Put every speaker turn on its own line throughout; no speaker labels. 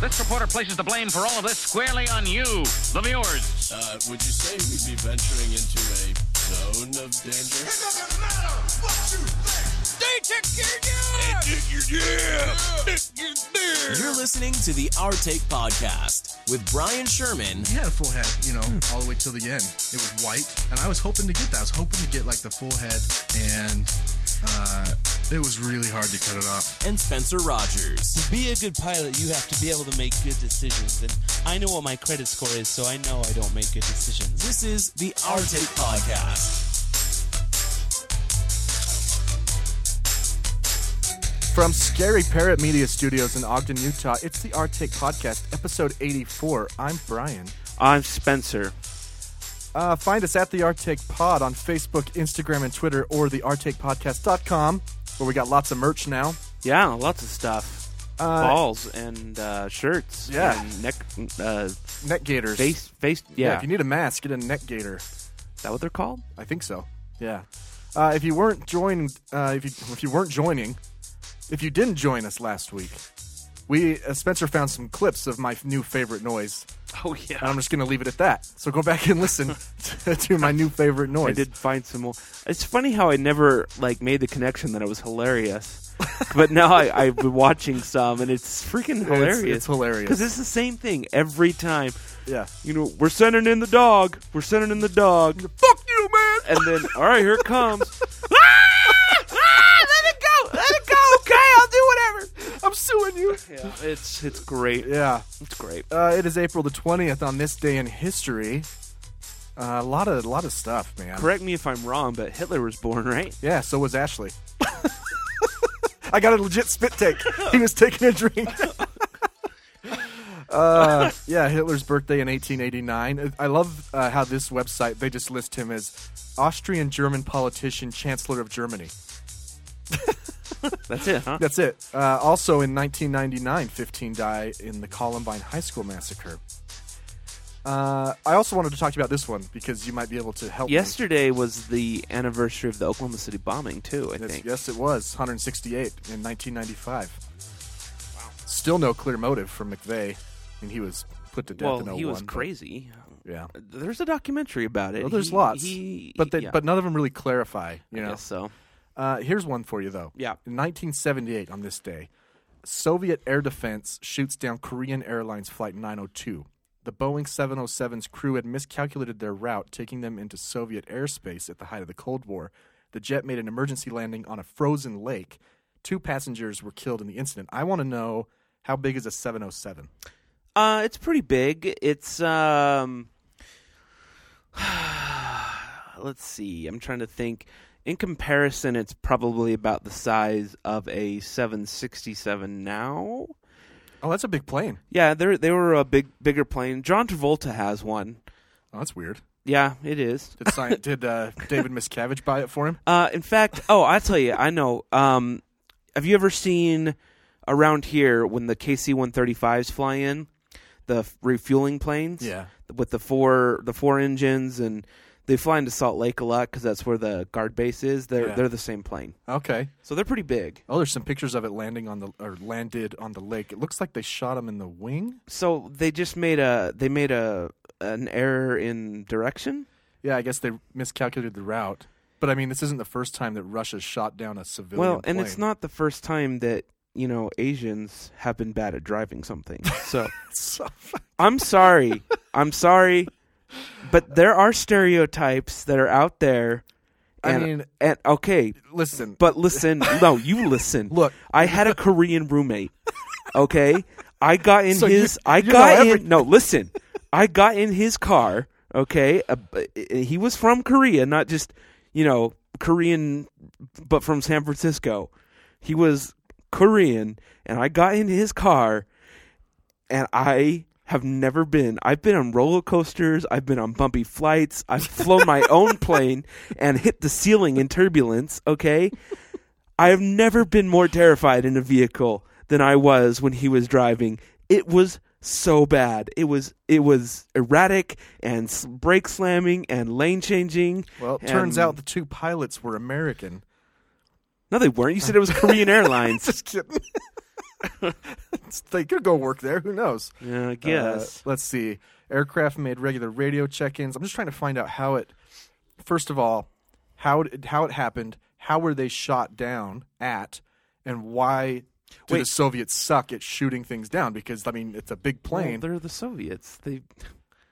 This reporter places the blame for all of this squarely on you, the viewers.
Uh, would you say we'd be venturing into a zone of danger?
It doesn't matter what you think.
You're listening to the Our Take Podcast with Brian Sherman
He had a full head, you know, all the way till the end. It was white, and I was hoping to get that. I was hoping to get like the full head, and uh, it was really hard to cut it off.
and Spencer Rogers.
To be a good pilot, you have to be able to make good decisions. And I know what my credit score is, so I know I don't make good decisions.
This is the Our Take Podcast.
From Scary Parrot Media Studios in Ogden, Utah, it's the Our Take Podcast, episode 84. I'm Brian.
I'm Spencer.
Uh, find us at the Our Take Pod on Facebook, Instagram, and Twitter, or the theartakepodcast.com, where we got lots of merch now.
Yeah, lots of stuff. Balls and uh, shirts.
Yeah.
And neck, uh,
Net gators.
face, face.
Yeah.
Yeah.
if you need a mask, get a net gator.
Is that what they're called?
I think so. Yeah. Uh, if you weren't joined, uh, if you if you weren't joining, if you didn't join us last week, we uh, Spencer found some clips of my f- new favorite noise.
Oh yeah.
And I'm just going to leave it at that. So go back and listen to, to my new favorite noise.
I did find some more. It's funny how I never like made the connection that it was hilarious, but now I, I've been watching some and it's freaking hilarious.
it's hilarious.
because it's the same thing every time.
Yeah.
You know, we're sending in the dog. We're sending in the dog.
Fuck you, man.
and then all right, here it comes. Ah! Ah! Let it go! Let it go! Okay, I'll do whatever.
I'm suing you.
Yeah, it's it's great.
Yeah.
It's great.
Uh, it is April the 20th on this day in history. Uh, a lot of lot of stuff, man.
Correct me if I'm wrong, but Hitler was born right.
Yeah, so was Ashley. I got a legit spit take. He was taking a drink. uh, yeah, Hitler's birthday in 1889. I love uh, how this website they just list him as Austrian German politician, Chancellor of Germany.
That's it, huh?
That's it. Uh, also in 1999, 15 die in the Columbine High School massacre. Uh, I also wanted to talk to you about this one because you might be able to help. me.
Yesterday was the anniversary of the Oklahoma City bombing too. I
Yes,
think.
yes, it was 168 in 1995. Still no clear motive for McVeigh. I mean, he was put to death
Well,
in 01.
he was
but-
crazy.
Yeah.
There's a documentary about it.
Well, there's
He-
lots,
he-
but they,
yeah,
but none of them really clarify. You
I
know,
guess so.
uh, here's one for you though.
Yeah.
in 1978 on this day, Soviet air defense shoots down Korean Airlines Flight 902. The Boeing 707's crew had miscalculated their route, taking them into Soviet airspace at the height of the Cold War. The jet made an emergency landing on a frozen lake. Two passengers were killed in the incident. I want to know how big is a 707?
Uh, it's pretty big. It's um, let's see. I'm trying to think. In comparison, it's probably about the size of a 767 now.
Oh, that's a big plane.
Yeah, they are they were a big bigger plane. John Travolta has one.
Oh, that's weird.
Yeah, it is.
Did, sci- did uh, David Miscavige buy it for him?
Uh, in fact, oh, I tell you, I know. Um, have you ever seen around here when the KC 135s fly in the f- refueling planes?
Yeah.
with the four the four engines, and they fly into Salt Lake a lot because that's where the guard base is. They're
Yeah.
they're the same plane,
Okay.
so they're pretty big.
Oh, there's some pictures of it landing on the or landed on the lake. It looks like they shot him in the wing.
So they just made a they made a an error in direction.
Yeah, I guess they miscalculated the route. But I mean, this isn't the first time that Russia shot down a civilian.
well, and it's
plane.
not the first time that you know Asians have been bad at driving something. So.
So-
I'm sorry. I'm sorry. But there are stereotypes that are out there.
I
And,
mean-
and okay,
listen,
but listen. No, you listen.
Look.
I had a Korean roommate. Okay, I got in
So you-
his. I
you know
got
every-
in. No, listen. I got in his car. Okay, uh, b- uh, he was from Korea, not just you know Korean, but from San Francisco. He was Korean, and I got in his car, and I have never been. I've been on roller coasters. I've been on bumpy flights. I've flown my own plane and hit the ceiling in turbulence. Okay, I have never been more terrified in a vehicle than I was when he was driving. It was so bad. It was it was erratic and s- brake slamming and lane changing.
well, it turns
and-
out the two pilots were American.
no, they weren't. You said it was Korean Airlines.
Just kidding. they could go work there. Who knows?
Yeah, I
Uh,
guess.
let's see. Aircraft made regular radio check-ins. I'm just trying to find out how it. First of all, how it, how it happened. How were they shot down at, and why? Do the
Wait.
Soviets suck at shooting things down? Because I mean, it's a big
Well,
plane.
they're the Soviets. They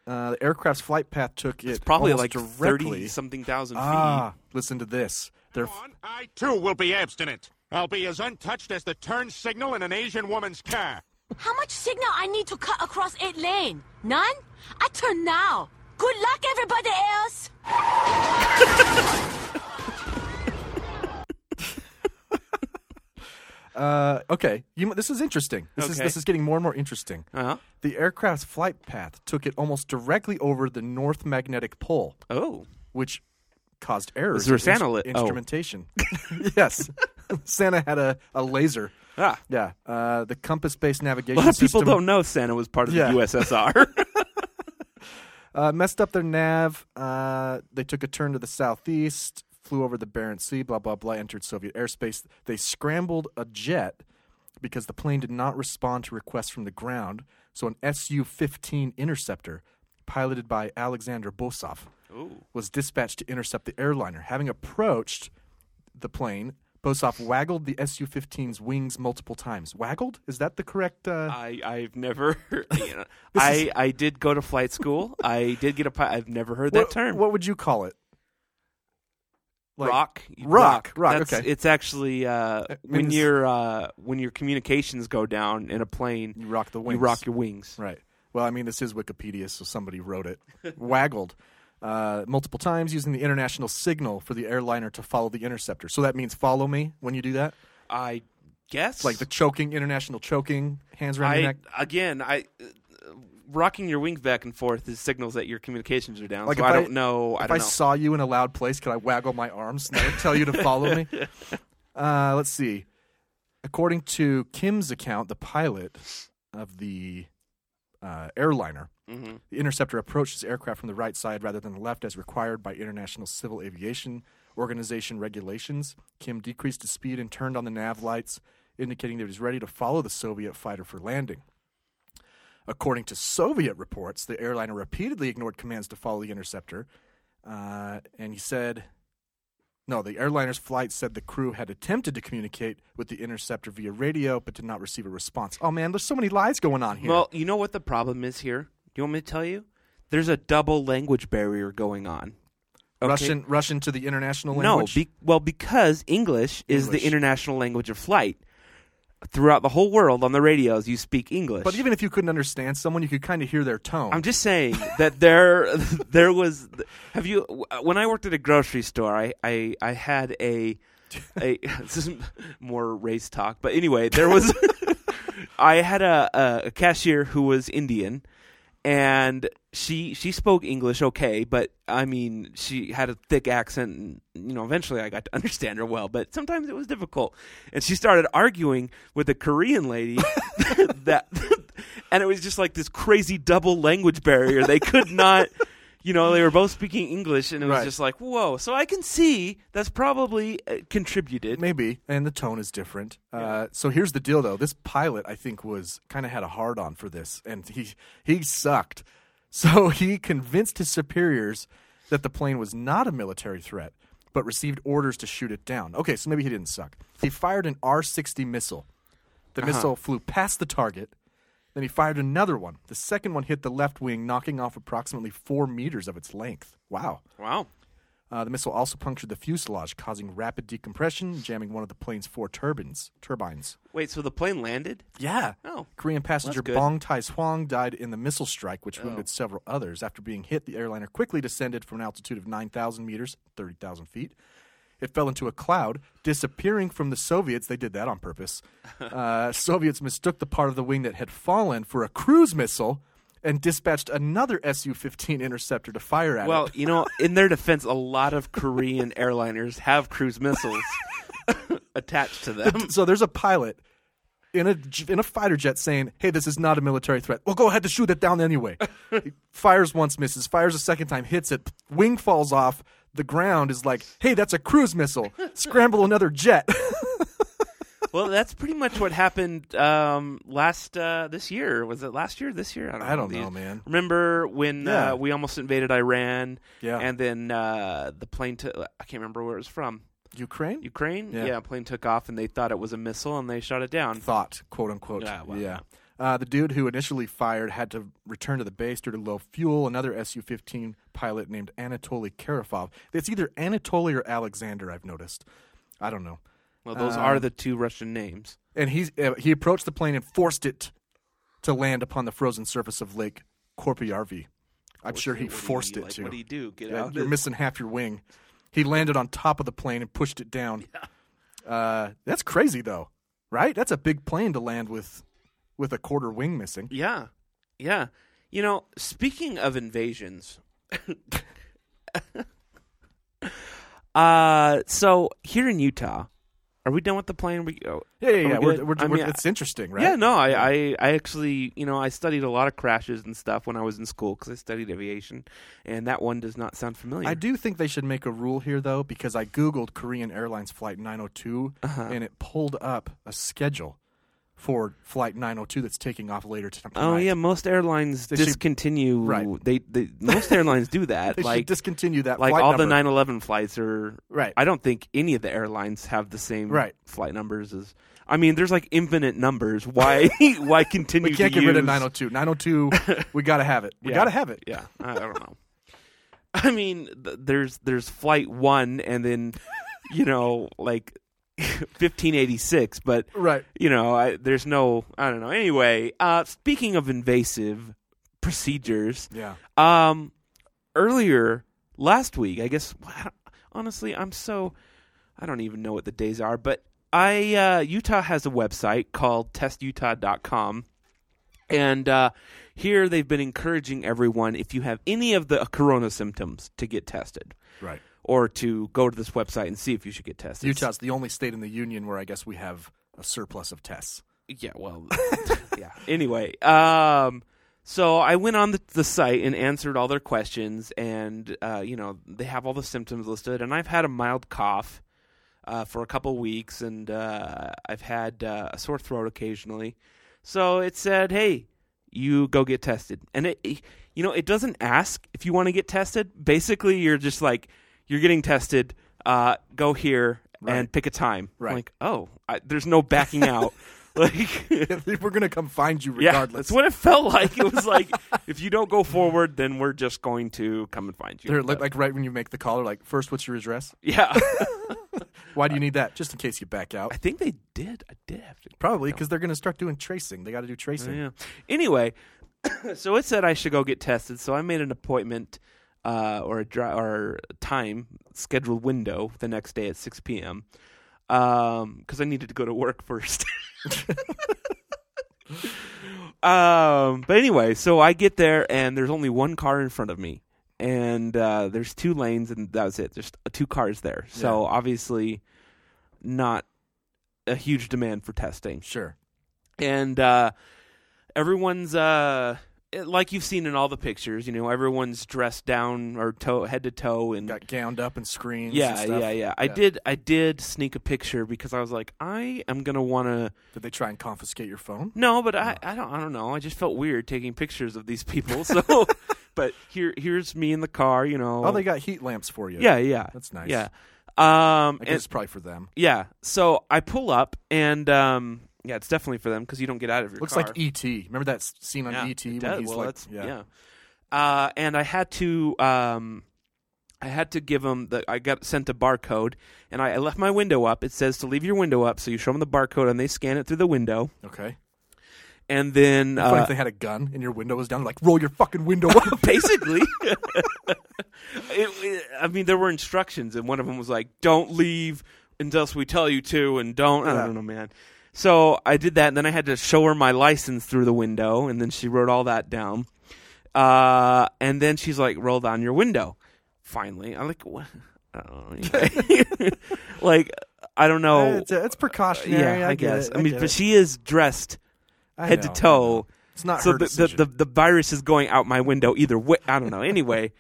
uh, the aircraft's flight path took it.
it's probably
almost
like
directly.
thirty something thousand feet.
Ah, listen to this. They're
I too will be abstinent. I'll be as untouched as the turn signal in an Asian woman's car.
How much signal I need to cut across eight lane? None? I turn now. Good luck, everybody else.
uh, okay. You, m- this is interesting. This is
Okay.
this is getting more and more interesting.
Uh-huh.
The aircraft's flight path took it almost directly over the North Magnetic Pole,
Oh,
which caused errors.
Is there
in
Santa li- oh.
instrumentation? yes, Santa had a, a laser.
ah.
Yeah, uh, the compass-based
A
navigation
lot of people
system
don't know Santa was part of
Yeah.
the USSR.
uh, messed up their nav. Uh, they took a turn to the southeast, flew over the Barents Sea, blah blah blah. Entered Soviet airspace. They scrambled a jet because the plane did not respond to requests from the ground. So an Su-15 interceptor, piloted by Alexander Bosov, was dispatched to intercept the airliner. Having approached the plane, Bosov waggled the Su-15's wings multiple times. Waggled? Is that the correct? Uh...
I I've never. You know, I I did go to flight school. I did get a. Pi- I've never heard that
what,
term.
What would you call it? Like-
rock,
rock, rock,
That's-
okay.
it's actually uh, when
means-
your uh, when your communications go down in a plane,
You rock the wings.
You rock your wings.
Right. Well, I mean, this is Wikipedia, so somebody wrote it. Waggled uh, multiple times using the international signal for the airliner to follow the interceptor. So that means follow me when you do that.
I guess
Like the choking, international choking, hands around your
I
neck.
again I. Uh, Rocking your wings back and forth is signals that your communications are down.
Like
so
if
I
I-
don't know. I
if
don't
I
know.
saw you in a loud place, could I waggle my arms and I would tell you to follow me? Uh, let's see. According to Kim's account, the pilot of the uh, airliner, the interceptor approached his aircraft from the right side rather than the left as required by International Civil Aviation Organization regulations. Kim decreased his speed and turned on the nav lights, indicating that he was ready to follow the Soviet fighter for landing. According to Soviet reports, the airliner repeatedly ignored commands to follow the interceptor, uh, and he said, "No, the airliner's flight said the crew had attempted to communicate with the interceptor via radio, but did not receive a response." Oh man, there's so many lies going on here.
Well, you know what the problem is here? Do you want me to tell you? There's a double language barrier going on. Okay?
Russian, Russian to the international
No,
language.
be, well, because English, is the
English.
international language of flight. Throughout the whole world, on the radios, you speak English.
but even if you couldn't understand someone, you could kind of hear their tone.
I'm just saying that there, there was. Have you? uh, When I worked at a grocery store, I, I, I had a, a. This is more race talk, but anyway, there was. I had a, a, a cashier who was Indian, and she she spoke English okay, but I mean she had a thick accent, and you know eventually I got to understand her well, but sometimes it was difficult. And she started arguing with a Korean lady that, and it was just like this crazy double language barrier. They could not. You know, they were both speaking English, and it was
Right.
just like, whoa. So I can see that's probably uh, contributed.
Maybe, and the tone is different. Uh, so here's the deal, though. This pilot, I think, was kind of had a hard on for this, and he he sucked. So he convinced his superiors that the plane was not a military threat, but received orders to shoot it down. Okay, so maybe he didn't suck. He fired an R-60 missile. The
Uh-huh.
missile flew past the target. Then he fired another one. The second one hit the left wing, knocking off approximately four meters of its length. Wow.
Wow.
Uh, the missile also punctured the fuselage, causing rapid decompression, jamming one of the plane's four turbines. Turbines.
Wait, so the plane landed?
Yeah.
Oh.
Korean passenger
good. Oh.
Bong Tai Hwang died in the missile strike, which wounded several others. After being hit, the airliner quickly descended from an altitude of 9,000 meters, 30,000 feet. It fell into a cloud, disappearing from the Soviets. They did that on purpose. Uh, Soviets mistook the part of the wing that had fallen for a cruise missile and dispatched another Su 15 interceptor to fire at
Well,
it.
you know, in their defense, a lot of Korean airliners have cruise missiles attached to them.
so there's a pilot in a j- in a fighter jet saying, "Hey, this is not a military threat. Well, go ahead to shoot it down anyway." he fires once, misses. Fires a second time, hits it. Wing falls off. The ground is like, "Hey, that's a cruise missile. Scramble another jet."
well, that's pretty much what happened um, last uh, this year. Was it last year? This year? I don't.
I don't
The-
know, man.
Remember when
Yeah.
uh, we almost invaded Iran?
Yeah.
And then uh, the plane took. I can't remember where it was from.
Ukraine?
Ukraine.
Yeah.
a plane took off, and they thought it was a missile, and they shot it down.
thought, quote unquote.
Yeah, well,
yeah. Uh, the dude who initially fired had to return to the base due to low fuel. Another Su 15 pilot named Anatoly Karafov. It's either Anatoly or Alexander, I've noticed. I don't know.
Well, those
uh,
are the two Russian names.
And he's, uh, he approached the plane and forced it to land upon the frozen surface of Lake Korpiarvi. I'm sure he
What do you-
forced it
like,
to.
What do you do? Get
Yeah,
out.
you're missing half your wing. He landed on top of the plane and pushed it down. Uh, that's crazy, though, right? That's a big plane to land with, with a quarter wing missing.
Yeah, yeah. You know, speaking of invasions, uh, so here in Utah, are we done with the plane? We oh,
Yeah, yeah,
are we
yeah. We're,
good?
we're,
I
we're-
mean,
it's interesting, right?
Yeah, no, I, I, I actually, you know, I studied a lot of crashes and stuff when I was in school because I studied aviation, and that one does not sound familiar.
I do think they should make a rule here, though, because I Googled Korean Airlines Flight 902
Uh-huh.
and it pulled up a schedule for Flight 902 that's taking off later t- tonight.
Oh yeah, most airlines
They should-
discontinue.
Right.
They, they most airlines do that.
They should
like
discontinue that
like
flight
all
number.
the oh 911 flights are
Right.
i don't think any of the airlines have the same
Right.
flight numbers as i mean there's like infinite numbers why why continue
We can't
to
get rid of
use-
902. 902, we got to have it. We
Yeah.
got to have it.
yeah i, I don't know i mean th- there's there's flight 1 and then you know like 1586 but
Right.
you know I, there's no i don't know anyway uh speaking of invasive procedures
Yeah.
um, earlier last week, I guess. I don't- Honestly, I'm so I don't even know what the days are, but I uh, Utah has a website called testutah.com. And uh, here they've been encouraging everyone if you have any of the corona symptoms to get tested
Right.
or to go to this website and see if you should get tested.
Utah's the only state in the union where I guess we have a surplus of tests.
Yeah, well, yeah. Anyway, um, so I went on the, the site and answered all their questions, and uh, you know they have all the symptoms listed, and I've had a mild cough uh, for a couple weeks, and uh, I've had uh, a sore throat occasionally. So it said, "Hey, you go get tested," and it, it- you know, it doesn't ask if you want to get tested. Basically, you're just like, "You're getting tested. Uh, go here and pick a time." I'm
Right.
Like, oh, I, there's no backing out. like,
We're going to come find you
yeah,
regardless.
that's what it felt like. It was like, if you don't go forward, then we're just going to come and find you.
They're like, like right when you make the call, they're like, first, what's your address?
yeah,
Why do you need that? Just in case you back out.
I think they did. I did have to
Probably because they're going to start doing tracing. They got to do tracing.
Yeah. Anyway, so it said I should go get tested, so I made an appointment uh, or a dri- or a time scheduled window the next day at six p.m. because I needed to go to work first. um, but anyway, so I get there and there's only one car in front of me, and uh, there's two lanes, and that was it. There's two cars there, so obviously not a huge demand for testing
Sure.
and uh, everyone's uh, it- like you've seen in all the pictures. You know, everyone's dressed down or toe head to toe, and
Got gowned up and screens. and
yeah, yeah,
stuff.
yeah, I did, I did sneak a picture because I was like, I am gonna wanna
Did they try and confiscate your phone?
no, but I,
Oh.
I don't, I don't know. I just felt weird taking pictures of these people. So, but here, here's me in the car. You know,
Oh, they got heat lamps for you.
yeah, yeah,
That's nice.
Yeah, um,
I guess
and-
it's probably for them.
yeah. So I pull up and um, yeah, it's definitely for them because you don't get out of your
Looks
car.
like E.T. Remember that s- scene on
Yeah,
E.T.
it
when
does.
he's
well,
like,
that's,
yeah.
yeah. Uh, and I had to, um, I had to give them the. I got sent a barcode, and I, I left my window up. It says to leave your window up, so you show them the barcode, and they scan it through the window,
Okay.
and then
Funny
uh,
if they had a gun and your window was down, like roll your fucking window up.
basically. it, it- I mean, there were instructions, and one of them was like, "Don't leave unless we tell you to," and don't.
Uh-huh.
I don't know, man. So I did that, and then I had to show her my license through the window, and then she wrote all that down. Uh, and then she's like, "Roll down your window." Finally, I'm like, "What?" I don't know. anyway. like, I don't know.
it's, it's precautionary.
Uh, yeah, I,
get
guess.
it,
I mean,
get
but
it.
she is dressed
I
head
know, I
to toe.
know. It's not
so
her
the, the,
decision.
the the virus is going out my window either way. I don't know. Anyway,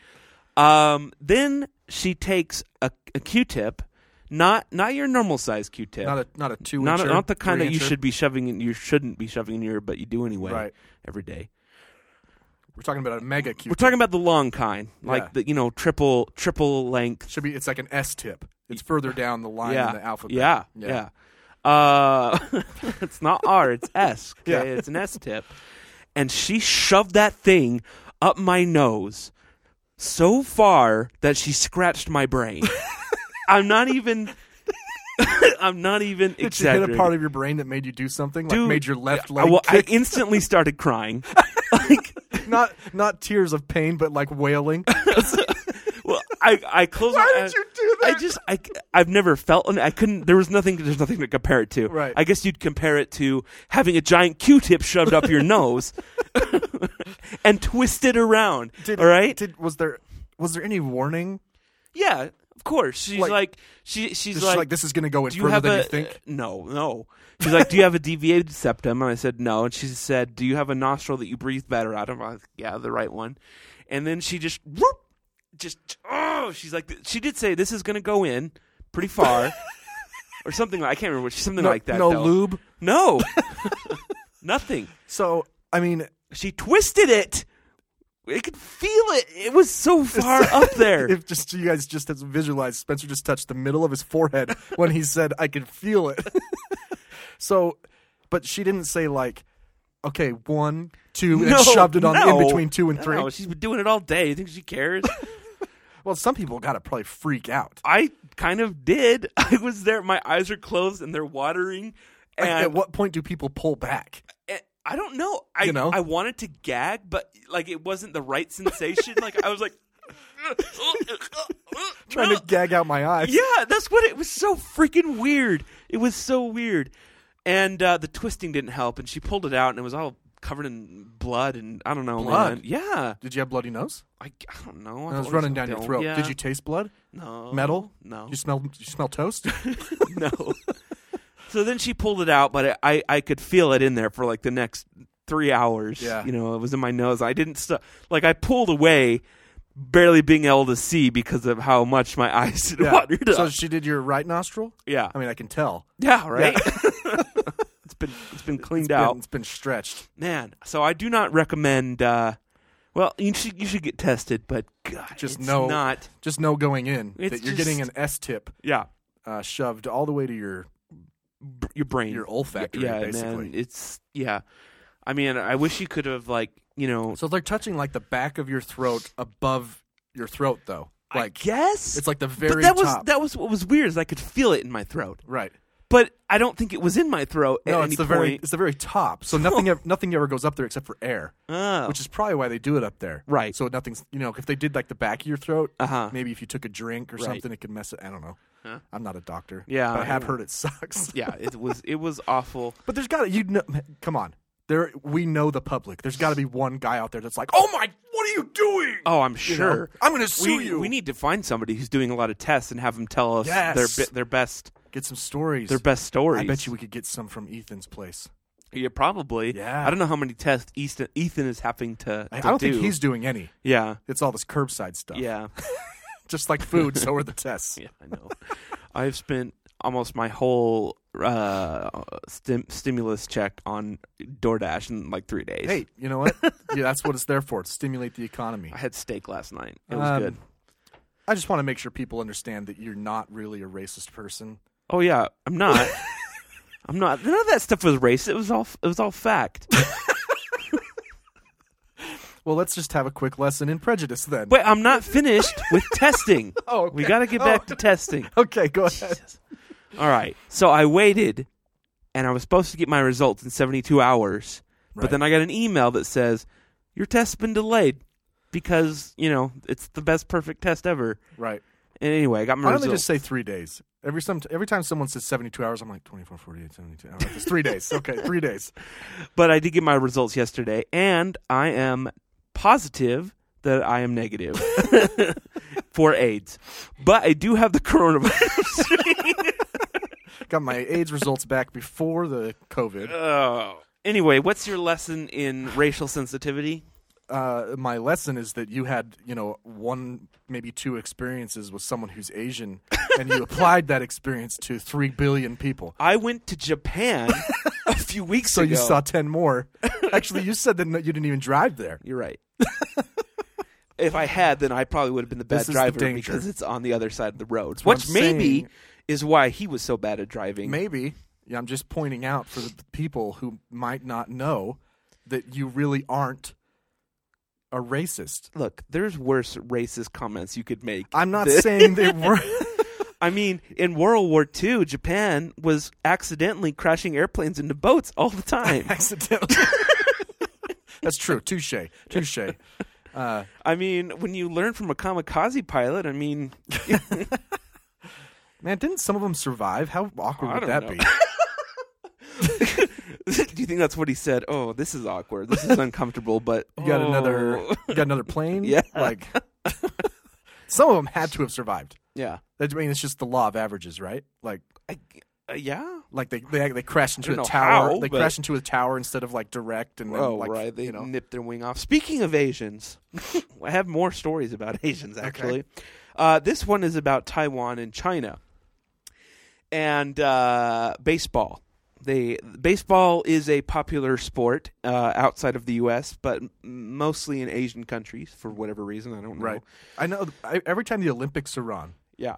um, then she takes a, a Q-tip. not not your normal size Q-tip.
Not a not a two.
not,
incher,
not the kind that you
three-incher.
should be shoving in, you shouldn't be shoving in your but you do anyway
Right.
every day.
We're talking about a mega Q.
We're talking about the long kind, like
Yeah.
the you know triple triple length.
should be. It's like an S tip. It's further down the line
yeah,
in the alphabet.
yeah, yeah. Uh, it's not R, it's S. Okay?
Yeah.
it's an S tip. And she shoved that thing up my nose so far that she scratched my brain. I'm not even. I'm not even
Did she hit
exaggerating.
a part of your brain that made you do something?
Dude,
like made your left
I-
leg
well, I
kick?
instantly started crying. like,
not not tears of pain, but like wailing.
well, I I closed.
Why
my
did
eyes.
you do
I
that?
just I I've never felt and I couldn't. There was nothing. There's nothing to compare it to.
Right.
I guess you'd compare it to having a giant Q-tip shoved up your nose and twisted around. all right.
Did was there was there any warning?
yeah. Of course. She's like,
Like-
she she's
She's
like,
like, this is going to go in
do you
further
have
than
a uh,
you think.
no no. She's like, do you have a deviated septum? And I said no. And she said, do you have a nostril that you breathe better out of? I was like, yeah, the right one. And then she just whoop, just oh, she's like she did say this is gonna go in pretty far. Or something like I can't remember what- something
no,
like that.
no
though.
lube.
No. Nothing.
So I mean,
She twisted it. I could feel it. It was so far up there.
if just you guys just have visualized, Spencer just touched the middle of his forehead when he said, "I can feel it." so, but she didn't say like, "Okay, one, two, and
No,
shoved it on
no.
in between two and three.
No, she's been doing it all day. You think she cares?
Well, some people gotta probably freak out.
I kind of did. I was there. My eyes are closed and they're watering.
Like, at
And
what point do people pull back?
I, I don't know. I
You know?
I wanted to gag, but like it wasn't the right sensation. like I was like
Trying to gag out my eyes.
Yeah, that's what it was so freaking weird. It was so weird. And uh, the twisting didn't help, and she pulled it out, and it was all covered in blood, and I don't know,
Blood?
man. Yeah,
Did you have bloody nose?
I, I don't know.
I was
always
running down your
don't-
throat.
Yeah.
Did you taste blood?
no
Metal?
No,
You smell? You smell toast?
no. so then she pulled it out, but I, I could feel it in there for like the next three hours.
Yeah.
you know, it was in my nose. I didn't st- like I pulled away, barely being able to see because of how much my eyes had
Yeah.
watered up.
So she did your right nostril.
yeah,
I mean, I can tell.
yeah, right. it's been it's been cleaned
It's been-
out.
it's been stretched.
man. So I do not recommend. Uh, well, you should you should get tested, but God,
Just
it's
know-
not.
Just know going in
It's
that you're
just-
getting an S tip
Yeah,
uh, shoved all the way to your
b- your brain,
your olfactory,
yeah,
basically.
man. It's yeah. I mean, I wish you could have like you know.
So they're touching like the back of your throat above your throat, though. Like
yes,
it's like the very
But that
top.
was that was what was weird is I could feel it in my throat,
right.
but I don't think it was in my throat
No,
at
it's
any
the
point.
very it's the very top. So nothing ev- nothing ever goes up there except for air,
Oh.
which is probably why they do it up there.
Right.
So nothing's you know if they did like the back of your throat,
Uh-huh.
maybe if you took a drink or
Right.
something, it could mess it. I don't know. I'm not a doctor.
Yeah,
but I
I
have
know.
heard it sucks.
yeah, it was it was awful.
But there's got to you know. Come on, there we know the public. There's got to be one guy out there that's like, oh my, what are you doing?
Oh, I'm
You
sure.
know, I'm gonna sue
we,
you.
We need to find somebody who's doing a lot of tests and have them tell us their
Yes.
bi- their best
get some stories.
their best stories.
I bet you we could get some from Ethan's place.
Yeah, probably.
Yeah.
I don't know how many tests Ethan, Ethan is having to,
I, I
to
don't
do.
think he's doing any.
Yeah.
It's all this curbside stuff.
Yeah.
just like food. so are the tests.
Yeah, I know. I've spent almost my whole uh, stim- stimulus check on DoorDash in like three days.
Hey, you know what? yeah, that's what it's there for. To stimulate the economy.
I had steak last night. It was
Um,
good.
I just want to make sure people understand that you're not really a racist person.
Oh yeah, I'm not. I'm not. None of that stuff was race. It was all. It was all fact.
Well, let's just have a quick lesson in prejudice then.
Wait, I'm not finished with testing.
Oh,
we
okay.
got to get back to testing.
Okay, go ahead.
All right. So I waited, and I was supposed to get my results in 72 hours, but
Right.
then I got an email that says your test's been delayed because you know it's the best perfect test ever.
Right.
And anyway, I got my
Why don't they just
results.
say three days? Every some every time someone says seventy two hours, I'm like 24, 48, 72 hours. It's three days. Okay, three days.
but I did get my results yesterday, and I am positive that I am negative for AIDS, but I do have the coronavirus.
Got my AIDS results back before the COVID.
oh. Anyway, what's your lesson in racial sensitivity?
uh, my lesson is that you had, you know, one maybe two experiences with someone who's Asian, and you applied that experience to three billion people.
I went to Japan a few weeks
So
ago.
you saw ten more. Actually, you said that no- you didn't even drive there.
You're right. if I had, then I probably would have been the bad
This is the
driver
danger.
because it's on the other side of the road,
what
which
I'm
maybe
saying.
is why he was so bad at driving.
Maybe yeah, I'm just pointing out for the people who might not know that you really aren't a racist.
Look, there's worse racist comments you could make.
I'm not
than-
saying they were.
I mean, in World War II, Japan was accidentally crashing airplanes into boats all the time.
accidentally. That's true. Touche. Touche.
I mean, when you learn from a kamikaze pilot, I mean,
Man, didn't some of them survive? How awkward
I
would
don't
that
know.
be?
do you think that's what he said? Oh, this is awkward. This is uncomfortable, but
You got another.
oh.
You got another plane.
Yeah.
Like some of them had to have survived.
Yeah.
I mean, it's just the law of averages, right? Like,
I, uh, yeah.
like they they, they crashed into a
don't know
tower.
how,
they
but-
crashed into a tower instead of like direct and then,
Oh,
like
right. They
you know.
nipped their wing off. Speaking of Asians, I have more stories about Asians, actually. Uh, this one is about Taiwan and China and uh, baseball. They baseball is a popular sport uh, outside of the U.S., but m- mostly in Asian countries for whatever reason. I don't know.
Right. I know. I, every time the Olympics are on
Yeah.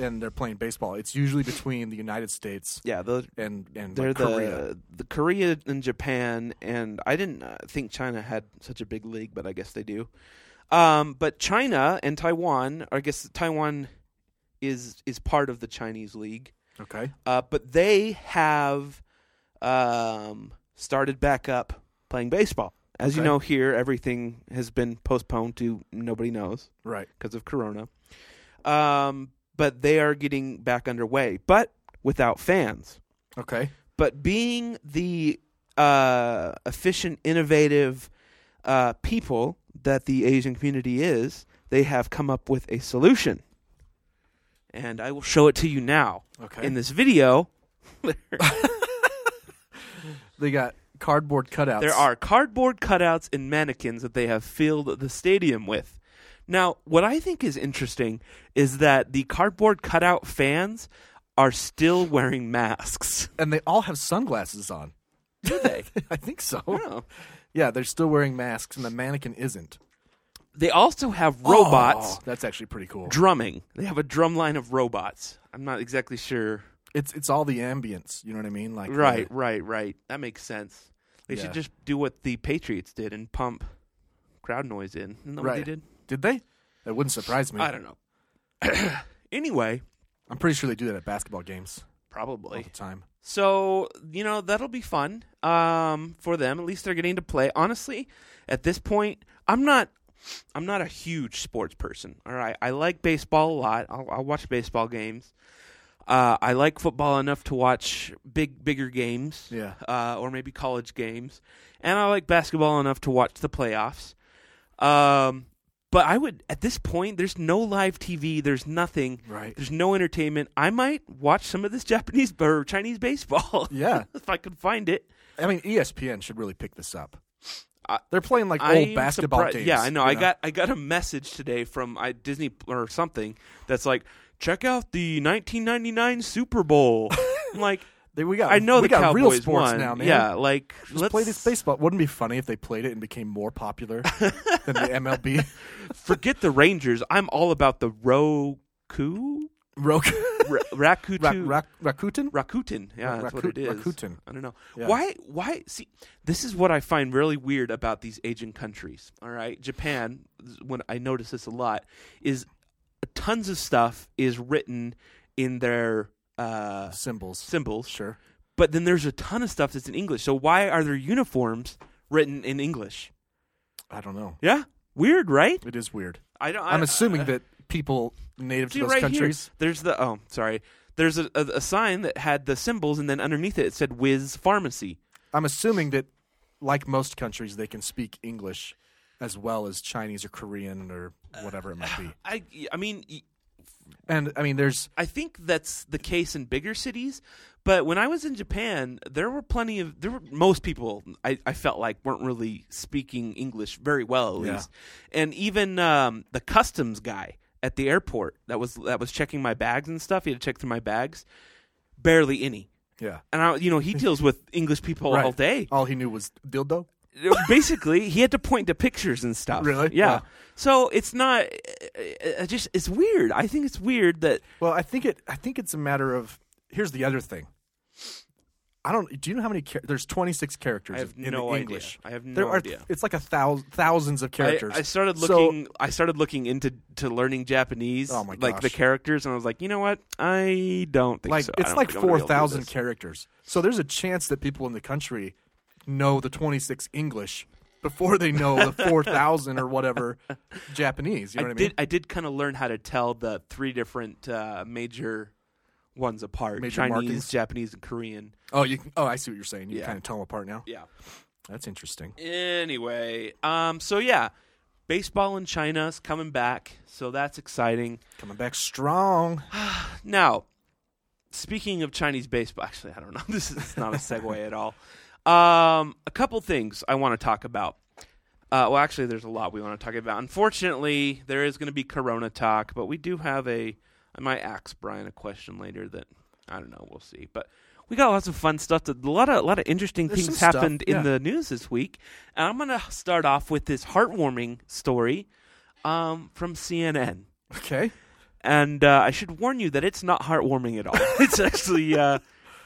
and they're playing baseball, it's usually between the United States
Yeah. The,
and and
they're
like,
the
Korea.
the Korea and Japan, and I didn't uh, think China had such a big league, but I guess they do. Um, but China and Taiwan, or I guess Taiwan is is part of the Chinese league,
Okay.
uh, but they have um, started back up playing baseball. As you
Okay.
know, here everything has been postponed to nobody knows
Right.
because of Corona. Um, but they are getting back underway, but without fans
Okay.
but being the uh, efficient, innovative uh, people that the Asian community is, they have come up with a solution. And I will show it to you now
Okay.
in this video.
They got cardboard cutouts.
There are cardboard cutouts and mannequins that they have filled the stadium with. Now, what I think is interesting is that the cardboard cutout fans are still wearing masks.
and they all have sunglasses on.
Do they?
I think so.
Oh.
Yeah, they're still wearing masks, and the mannequin isn't.
They also have robots.
Oh, that's actually pretty cool.
drumming. They have a drum line of robots. I'm not exactly sure.
It's it's all the ambience. You know what I mean? Like uh,
Right, right, right. That makes sense. They
Yeah.
should just do what the Patriots did and pump crowd noise in. Isn't that
Right.
what they did?
Did they? That wouldn't surprise me.
I don't know. anyway,
I'm pretty sure they do that at basketball games all
probably.
the time.
So, you know, that'll be fun um, for them. At least they're getting to play. Honestly, at this point, I'm not. I'm not a huge sports person. All right, I like baseball a lot. I'll, I'll watch baseball games. Uh, I like football enough to watch big, bigger games.
Yeah.
Uh, or maybe college games, and I like basketball enough to watch the playoffs. Um, but I would at this point, there's no live TV. There's nothing.
Right.
There's no entertainment. I might watch some of this Japanese or Chinese baseball.
Yeah.
if I could find it.
I mean, E ESPN should really pick this up.
I-
They're playing like
I'm
old basketball
surprised-
games.
Yeah, I know.
you
I got I got a message today from I, Disney or something that's like, check out the 1999 Super Bowl. I'm like,
They- we got.
I know
we
the
got
Cowboys
real sports
won.
now, man.
Yeah, like
Just
let's
play this baseball. Wouldn't it be funny if they played it and became more popular than the MLB?
forget the Rangers. I'm all about the Roku
Roku.
Ra-
Rak-
Rakutu.
Rak- Rakuten?
Rakuten. Yeah,
Ra-
that's what it
Raku-
is.
Rakuten.
I don't know.
Yeah.
Why why see this is what I find really weird about these Asian countries. All right. Japan this- when I notice this a lot is tons of stuff is written in their uh
Symbols.
symbols.
Sure.
But then there's a ton of stuff that's in English. So why are their uniforms written in English?
I don't know.
Yeah? Weird, right?
It is weird.
I don't I,
I'm assuming
I-
that people native to
See
those
right
countries.
here. There's the oh, sorry. There's a, a, a sign that had the symbols, and then underneath it it said "Wiz Pharmacy."
I'm assuming that, like most countries, they can speak English as well as Chinese or Korean or whatever it might be.
I I mean, y-
And I mean, there's
I think that's the case in bigger cities, but when I was in Japan, there were plenty of there were most people I, I felt like weren't really speaking English very well at
Yeah.
least, and even um, the customs guy at the airport that was that was checking my bags and stuff. He had to check through my bags, barely any.
yeah,
And I, you know, he deals with English people all
Right. Oh.
day.
All he knew was dildo.
Basically, he had to point to pictures and stuff.
Really?
Yeah.
Yeah.
So it's not. I I just it's weird. I think it's weird that
Well, I think it. I think it's a matter of. Here's the other thing. I don't. Do you know how many? Char- there's 26 characters
I have
in
no
the
idea.
English.
I have
there
no
are,
idea.
It's like a thousand thousands of
I-
characters.
I, started
So-
looking. I started looking into to learning Japanese,
Oh my
like the
gosh.
characters, and I was like, you know what? I don't think
like
so. I
it's
don't
like
think I'm gonna be
four
able to do
thousand
this.
characters. So there's a chance that people in the country know the 26 English before they know the 4,000 or whatever Japanese. You know
I
what I mean?
did. I did kind of learn how to tell the three different uh, major ones apart:
Major
Chinese,
markings?
Japanese, and Korean.
oh, you. Can, oh, I see what you're saying. You
Yeah.
kind of tell them apart now.
Yeah.
That's interesting.
Anyway, um, so yeah, baseball in China's coming back, so that's exciting.
Coming back strong.
Now, speaking of Chinese baseball, actually, I don't know. This is not a segue at all. Um, a couple things I want to talk about. Uh, well, actually, there's a lot we want to talk about. Unfortunately, there is going to be Corona talk, but we do have a. I might ask Brian a question later that I don't know. We'll see, but. We got lots of fun stuff. that- A lot of a lot of interesting
There's
things
some stuff,
happened in
yeah.
the news this week, and I'm gonna start off with this heartwarming story um, from CNN
Okay.
and uh, I should warn you that it's not heartwarming at all. it's actually uh,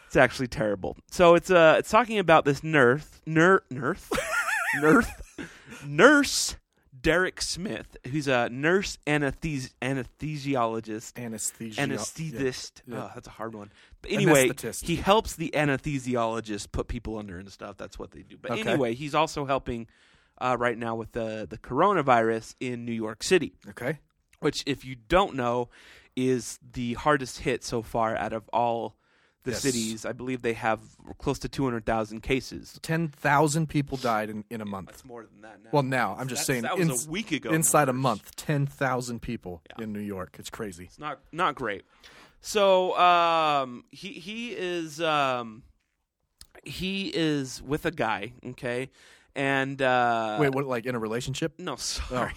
it's actually terrible. So it's uh it's talking about this nurse ner nurse nurse nurse Derek Smith, who's a nurse anesthes- anesthesiologist
Anesthesia.
anesthetist.
Yeah.
Oh, that's a hard one. But anyway,
Anesthetist.
he helps the anesthesiologist put people under and stuff. That's what they do. But
Okay.
anyway, he's also helping uh, right now with the the coronavirus in New York City
Okay.
which if you don't know is the hardest hit so far out of all the
Yes.
cities. I believe they have close to 200,000 cases.
10,000 people died in, in a month.
more than that now.
Well, now, I'm just
That's-
saying.
that was
ins-
a week ago.
Inside a
numbers.
month, 10,000 people in New York. It's crazy.
It's not not great. So, um he he is um he is with a guy, okay? And uh
Wait, what, like in a relationship?
no, sorry.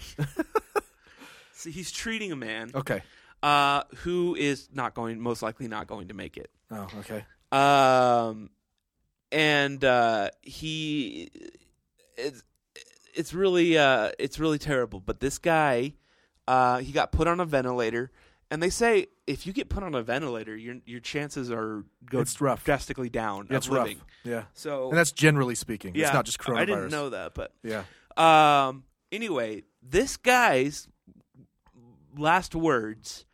so he's treating a man
Okay.
uh who is not going most likely not going to make it.
Oh, okay.
Um, and uh, he, it's it's really uh, it's really terrible. But this guy, uh, he got put on a ventilator, and they say if you get put on a ventilator, your your chances are go
It's rough.
drastically down.
That's
of living.
rough. Yeah.
So
And that's generally speaking.
yeah,
it's not just coronavirus.
I didn't know that, but
Yeah.
um. Anyway, this guy's last words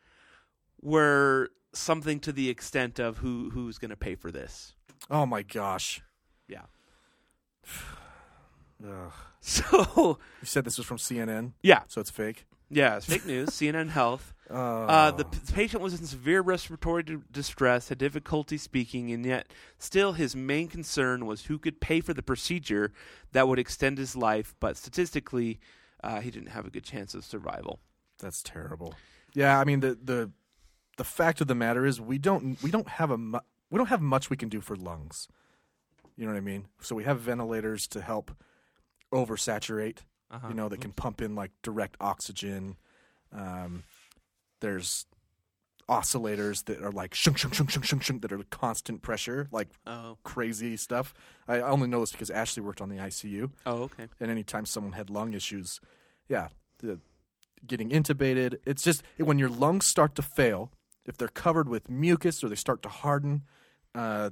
were something to the extent of who who's going to pay for this.
Oh my gosh.
Yeah.
Ugh.
So
You said this was from CNN,
yeah,
so it's fake.
yeah, it's fake news. CNN Health.
Oh.
Uh, the p- patient was in severe respiratory d- distress, had difficulty speaking, and yet still his main concern was who could pay for the procedure that would extend his life. But statistically, uh, he didn't have a good chance of survival.
That's terrible. Yeah, I mean the the the fact of the matter is we don't we don't have a mu- we don't have much we can do for lungs. You know what I mean? So we have ventilators to help oversaturate. You know that can pump in like direct oxygen. Um, there's oscillators that are like shunk shunk shunk shunk shunk shunk that are constant pressure, like
Oh,
crazy stuff. I I only know this because Ashley worked on the ICU
oh, okay.
and anytime someone had lung issues, yeah, the, getting intubated. It's just when your lungs start to fail, if they're covered with mucus or they start to harden, uh,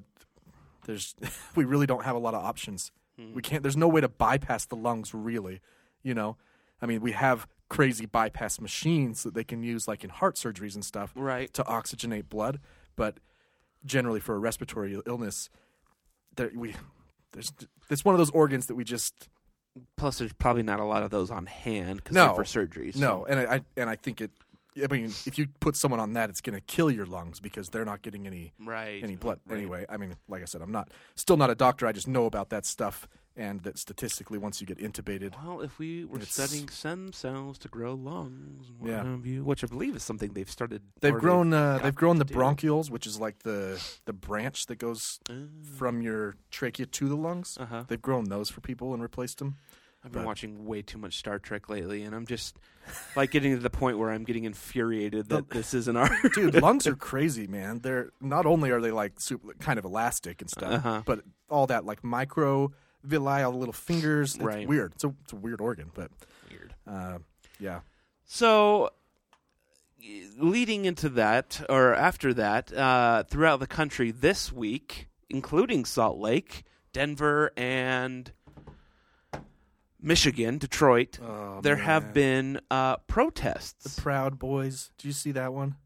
there's we really don't have a lot of options. We can't. There's no way to bypass the lungs, really. You know, I mean, we have crazy bypass machines that they can use, like in heart surgeries and stuff,
Right.
to oxygenate blood. But generally, for a respiratory illness, there we there's it's one of those organs that we just
Plus, there's probably not a lot of those on hand because
No.
they're for surgeries.
No, and I, I and I think it I mean, if you put someone on that, it's going to kill your lungs because they're not getting any
Right.
any blood. Anyway, I mean, like I said, I'm not still not a doctor. I just know about that stuff, and that statistically, once you get intubated,
Well, if we were
It's-
studying stem cells to grow lungs, and what
Yeah.
have you, which I believe is something they've started.
they've
or
grown uh,
got
they've grown the
to do.
bronchioles, which is like the the branch that goes from your trachea to the lungs.
Uh-huh.
They've grown those for people and replaced them.
I've been
but-
watching way too much Star Trek lately, and I'm just like getting to the point where I'm getting infuriated that this isn't our
Dude, lungs are crazy, man. They're not only are they like super, kind of elastic and stuff,
Uh-huh.
but all that like micro villi, all the little fingers. It's
Right.
weird. It's a, it's a weird organ, but weird. Uh, yeah.
So, y- leading into that, or after that, uh, throughout the country this week, including Salt Lake, Denver, and Michigan, Detroit,
Oh,
there
man.
have been uh, protests.
The Proud Boys. Do you see that one?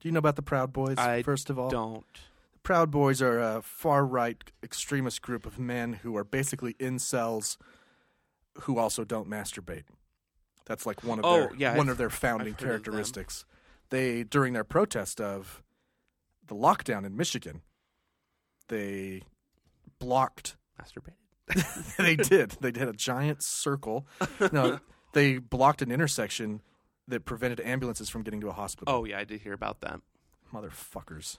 Do you know about the Proud Boys?
I
first of all,
Don't.
the Proud Boys are a far right extremist group of men who are basically incels who also don't masturbate. That's like one of
Oh,
their
yeah,
one
I've-
of their founding
I've heard of them.
characteristics. They during their protest of the lockdown in Michigan, they blocked
Masturbated.
they did. They did a giant circle. No, they blocked an intersection that prevented ambulances from getting to a hospital.
Oh, yeah, I did hear about that. Oh.
motherfuckers!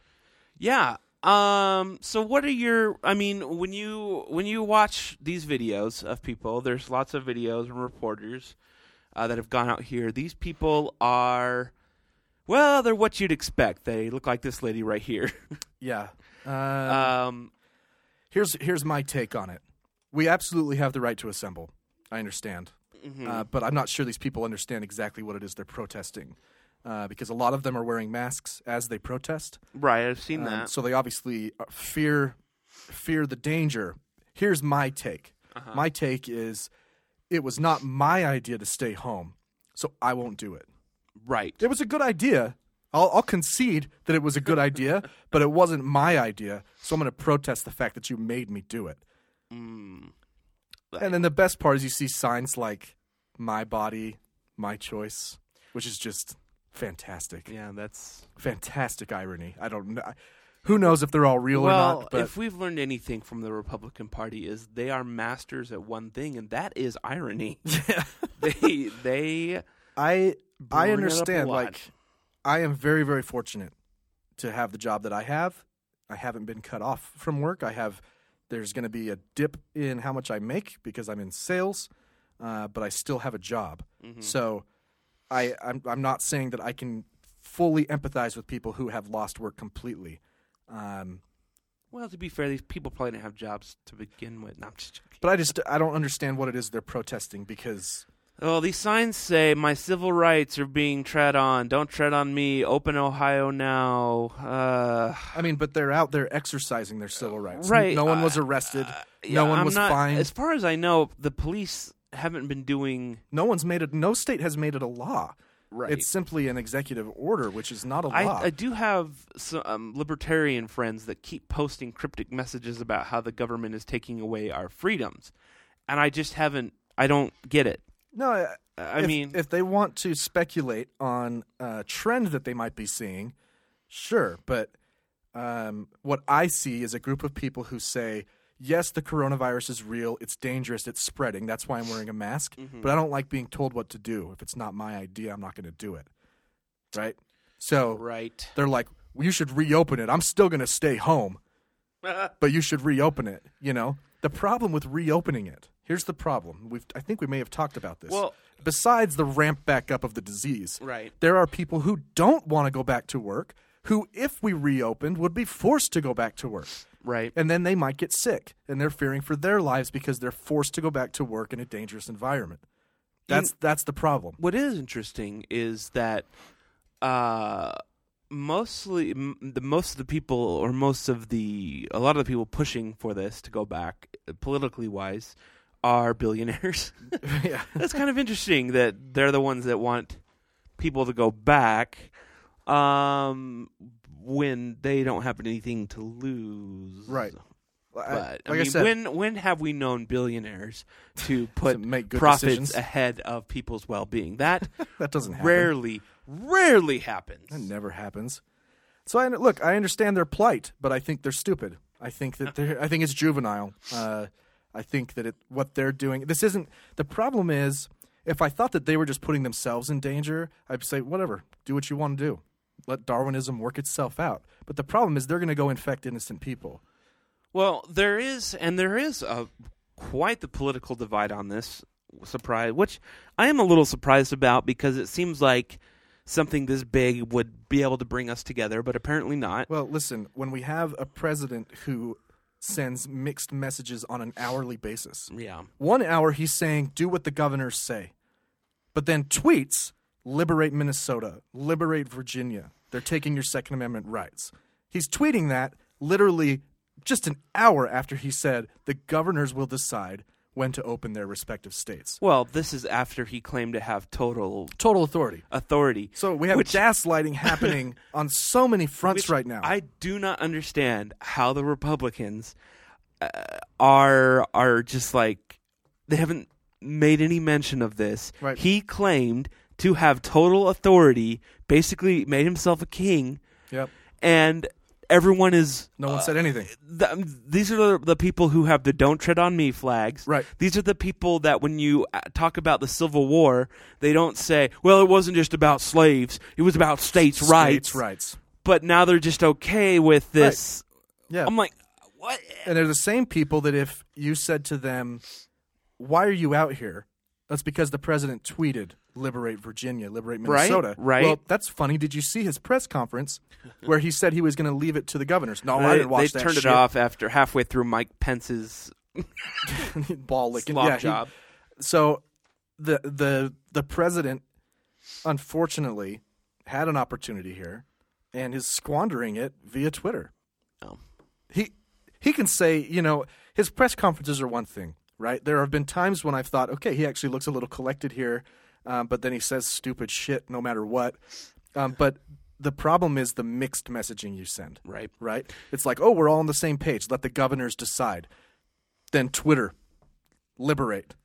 Yeah. Um so what are your I mean when you when you watch these videos of people there's lots of videos and reporters uh, that have gone out here these people are well they're what you'd expect they look like this lady right here
Yeah. Uh,
um
here's here's my take on it. We absolutely have the right to assemble. I understand, uh, but I'm not sure these people understand exactly what it is they're protesting, uh, because a lot of them are wearing masks as they protest.
right I've seen
Um,
that
So they obviously uh, fear fear the danger. Here's my take. My take is it was not my idea to stay home, so I won't do it.
right
It was a good idea. I'll, I'll concede that it was a good idea, but it wasn't my idea, so I'm going to protest the fact that you made me do it.
Mm.
And then the best part is you see signs like "My body, my choice," which is just fantastic
yeah that's
fantastic irony. I don't know. Who knows if they're all real or
well
not? But
if we've learned anything from the Republican party is they are masters at one thing and that is irony yeah they they
I
bring
I
it up a
understand.
lot.
Like I am very very fortunate to have the job that I have. I haven't been cut off from work. I have. There's going to be a dip in how much I make because I'm in sales, uh, but I still have a job.
Mm-hmm.
So I I'm, I'm not saying that I can fully empathize with people who have lost work completely. Um,
Well, to be fair, these people probably didn't have jobs to begin with. No, I'm just joking.
but I just I don't understand what it is they're protesting because
Oh, these signs say my civil rights are being tread on. Don't tread on me. Open Ohio now. Uh,
I mean, but they're out there exercising their civil rights.
Right,
No one was
uh,
arrested.
yeah,
no one
I'm
was
not-
fined.
As far as I know, the police haven't been doing.
no one's made it. No state has made it a law.
Right.
It's simply an executive order, which is not a
I,
law.
I do have some um, libertarian friends that keep posting cryptic messages about how the government is taking away our freedoms, and I just haven't. I don't get it.
no, I-
I
if-
mean-
if they want to speculate on a trend that they might be seeing, sure. But um, what I see is a group of people who say, "Yes, the coronavirus is real. It's dangerous. It's spreading. That's why I'm wearing a mask.
Mm-hmm.
But I don't like being told what to do. If it's not my idea, I'm not going to do it." Right. So.
Right.
they're like, well, you should reopen it. I'm still going to stay home, but you should reopen it. You know, the problem with reopening it. Here's the problem. We've, I think we may have talked about this.
Well-
besides the ramp back up of the disease,
Right.
There are people who don't want to go back to work, who, if we reopened, would be forced to go back to work,
Right.
and then they might get sick, and they're fearing for their lives because they're forced to go back to work in a dangerous environment. That's that's the problem.
what is interesting is that uh, mostly m- the most of the people or most of the a lot of the people pushing for this to go back uh, politically wise are billionaires.
yeah.
That's kind of interesting that they're the ones that want people to go back um, when they don't have anything to lose.
Right. I-
But I,
like
mean,
I said,
when when have we known billionaires to put
make good
profits
decisions.
ahead of people's well being? That
That doesn't happen.
rarely Rarely happens.
That never happens. So I look, I understand their plight, but I think they're stupid. I think that they're, I think it's juvenile. Uh, I think that it, what they're doing. This isn't the problem. Is if I thought that they were just putting themselves in danger, I'd say whatever, do what you want to do. Let Darwinism work itself out. But the problem is they're going to go infect innocent people.
Well, there is, and there is a quite the political divide on this surprise, which I am a little surprised about because it seems like something this big would be able to bring us together, but apparently not.
Well, listen, when we have a president who sends mixed messages on an hourly basis,
yeah,
one hour he's saying, do what the governors say, but then tweets, liberate Minnesota, liberate Virginia. They're taking your Second Amendment rights. He's tweeting that literally just an hour after he said, the governors will decide when to open their respective states.
Well, this is after he claimed to have total
Total authority.
authority.
So we have
which,
gaslighting happening on so many fronts
which
right now.
I do not understand how the Republicans uh, are are just like they haven't made any mention of this.
Right.
He claimed to have total authority, basically made himself a king,
yep.
and everyone is
No one said anything.
the, um, these are the, the people who have the "Don't Tread on Me" flags.
Right.
These are the people that, when you uh, talk about the Civil War, they don't say, "Well, it wasn't just about slaves; it was about states' rights."
States' rights.
But now they're just okay with this.
Yeah.
I'm like, what?
and they're the same people that if you said to them, "Why are you out here?" That's because the president tweeted, "Liberate Virginia, liberate
Right,
Minnesota."
right.
Well, that's funny. Did you see his press conference where he said he was going to leave it to the governors? No, I
they
didn't watch that.
they oh, turned
shit.
it off after halfway through Mike Pence's
Ball licking.
slop
yeah, he-
job.
so the the the president, unfortunately, had an opportunity here, and is squandering it via Twitter.
Oh.
he he can say you know his press conferences are one thing right there have been times when i've thought okay he actually looks a little collected here um, but then he says stupid shit no matter what um, but the problem is the mixed messaging you send
Right.
right it's like oh we're all on the same page let the governors decide then twitter liberate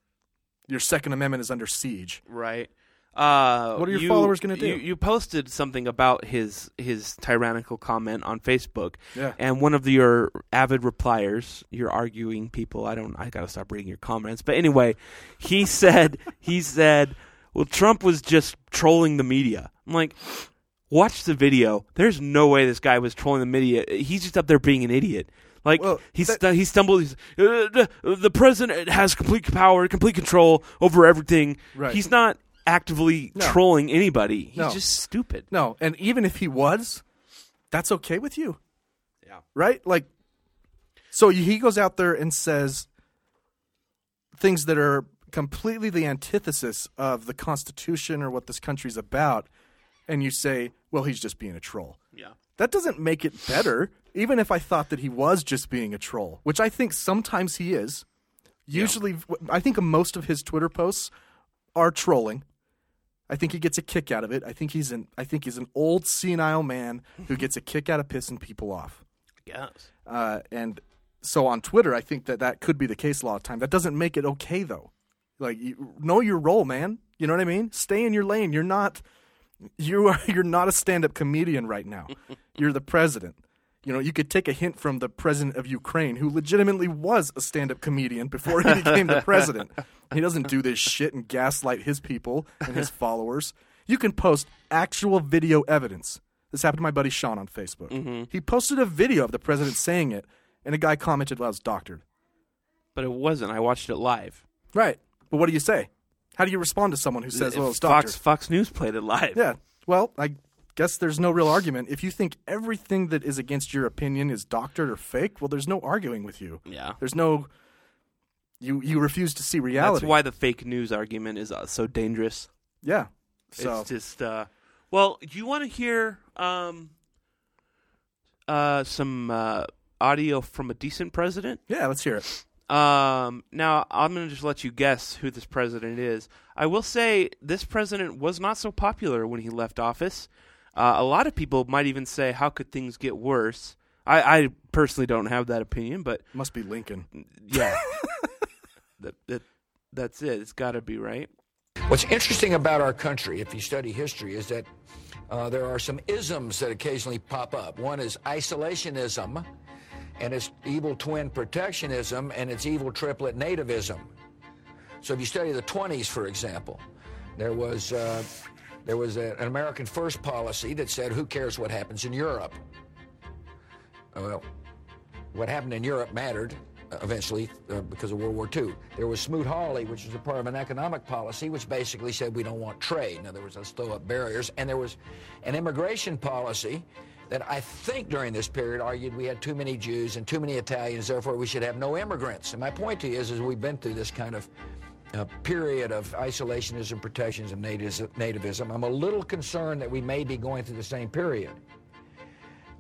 your second amendment is under siege
Right. Uh,
What are your
you-
followers gonna do?
You, you posted something about his his tyrannical comment on Facebook,
Yeah.
and one of your avid repliers, your arguing people. I don't. I gotta stop reading your comments. But anyway, he said he said, "Well, Trump was just trolling the media." I'm like, watch the video. There's no way this guy was trolling the media. He's just up there being an idiot. Like
Well,
he
that-
stu- he stumbled. He's, "Uh, the- the president has complete power, complete control over everything.
Right.
He's not actively
No.
trolling anybody. He's
No.
just stupid.
no and even if he was that's okay with you
Yeah.
right? Like, so he goes out there and says things that are completely the antithesis of the Constitution or what this country's about, and you say, "Well, he's just being a troll."
Yeah.
That doesn't make it better, even if I thought that he was just being a troll, which I think sometimes he is. Usually, I think most of his Twitter posts are trolling. I think he gets a kick out of it. I think he's an I think he's an old senile man who gets a kick out of pissing people off.
Yes.
Uh, and so on Twitter, I think that that could be the case a lot of time. That doesn't make it okay though. Like, you, know your role, man. You know what I mean? Stay in your lane. You're not you are you're not a stand-up comedian right now. you're the president. You know, you could take a hint from the president of Ukraine, who legitimately was a stand-up comedian before he became the president. He doesn't do this shit and gaslight his people and his followers. You can post actual video evidence. This happened to my buddy Sean on Facebook. He posted a video of the president saying it, and a guy commented, "Well, it's doctored."
But it wasn't. I watched it live.
Right. But what do you say? How do you respond to someone who says, "Well, it's doctored"?
Fox Fox News played it live.
Yeah. Well, I guess there's no real argument. If you think everything that is against your opinion is doctored or fake, well, there's no arguing with you.
Yeah.
There's no. You you refuse to see reality.
That's why the fake news argument is uh, so dangerous.
Yeah. So
It's just uh well, do you want to hear um uh some uh audio from a decent president?
yeah, let's hear it.
Um now I'm going to just let you guess who this president is. I will say this president was not so popular when he left office. Uh, a lot of people might even say how could things get worse? I, I personally don't have that opinion, but
Must be Lincoln.
yeah. that, that that's it. It's got to be right.
What's interesting about our country, if you study history, is that uh, there are some isms that occasionally pop up. One is isolationism, and its evil twin protectionism, and its evil triplet nativism. So if you study the 20s, for example, there was, uh, there was a- an American first policy that said, who cares what happens in Europe? Uh, Well, what happened in Europe mattered uh, eventually uh, because of World War II. There was Smoot-Hawley, which was a part of an economic policy, which basically said we don't want trade. In other words, let's throw up barriers. And there was an immigration policy that I think during this period argued we had too many Jews and too many Italians, therefore we should have no immigrants. And my point to you is, is we've been through this kind of uh period of isolationism, protectionism, natis- nativism. I'm a little concerned that we may be going through the same period.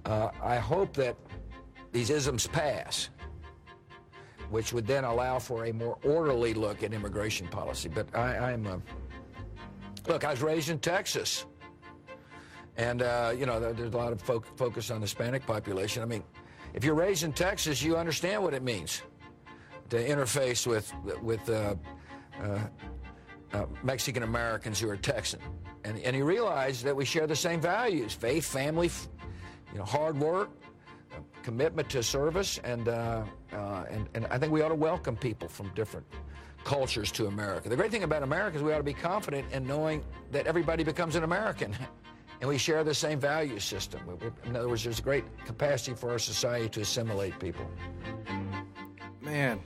Uh, I hope that these isms pass, which would then allow for a more orderly look at immigration policy. But I, I'm, uh, look, I was raised in Texas. And, uh, you know, there, there's a lot of fo- focus on the Hispanic population. I mean, if you're raised in Texas, you understand what it means to interface with, with uh, uh, uh, Mexican Americans who are Texan. And, and you realize that we share the same values faith, family, f- you know, hard work, uh, commitment to service, and, uh, uh, and and I think we ought to welcome people from different cultures to America. The great thing about America is we ought to be confident in knowing that everybody becomes an American, and we share the same value system. We- we- In other words, there's a great capacity for our society to assimilate people.
Man,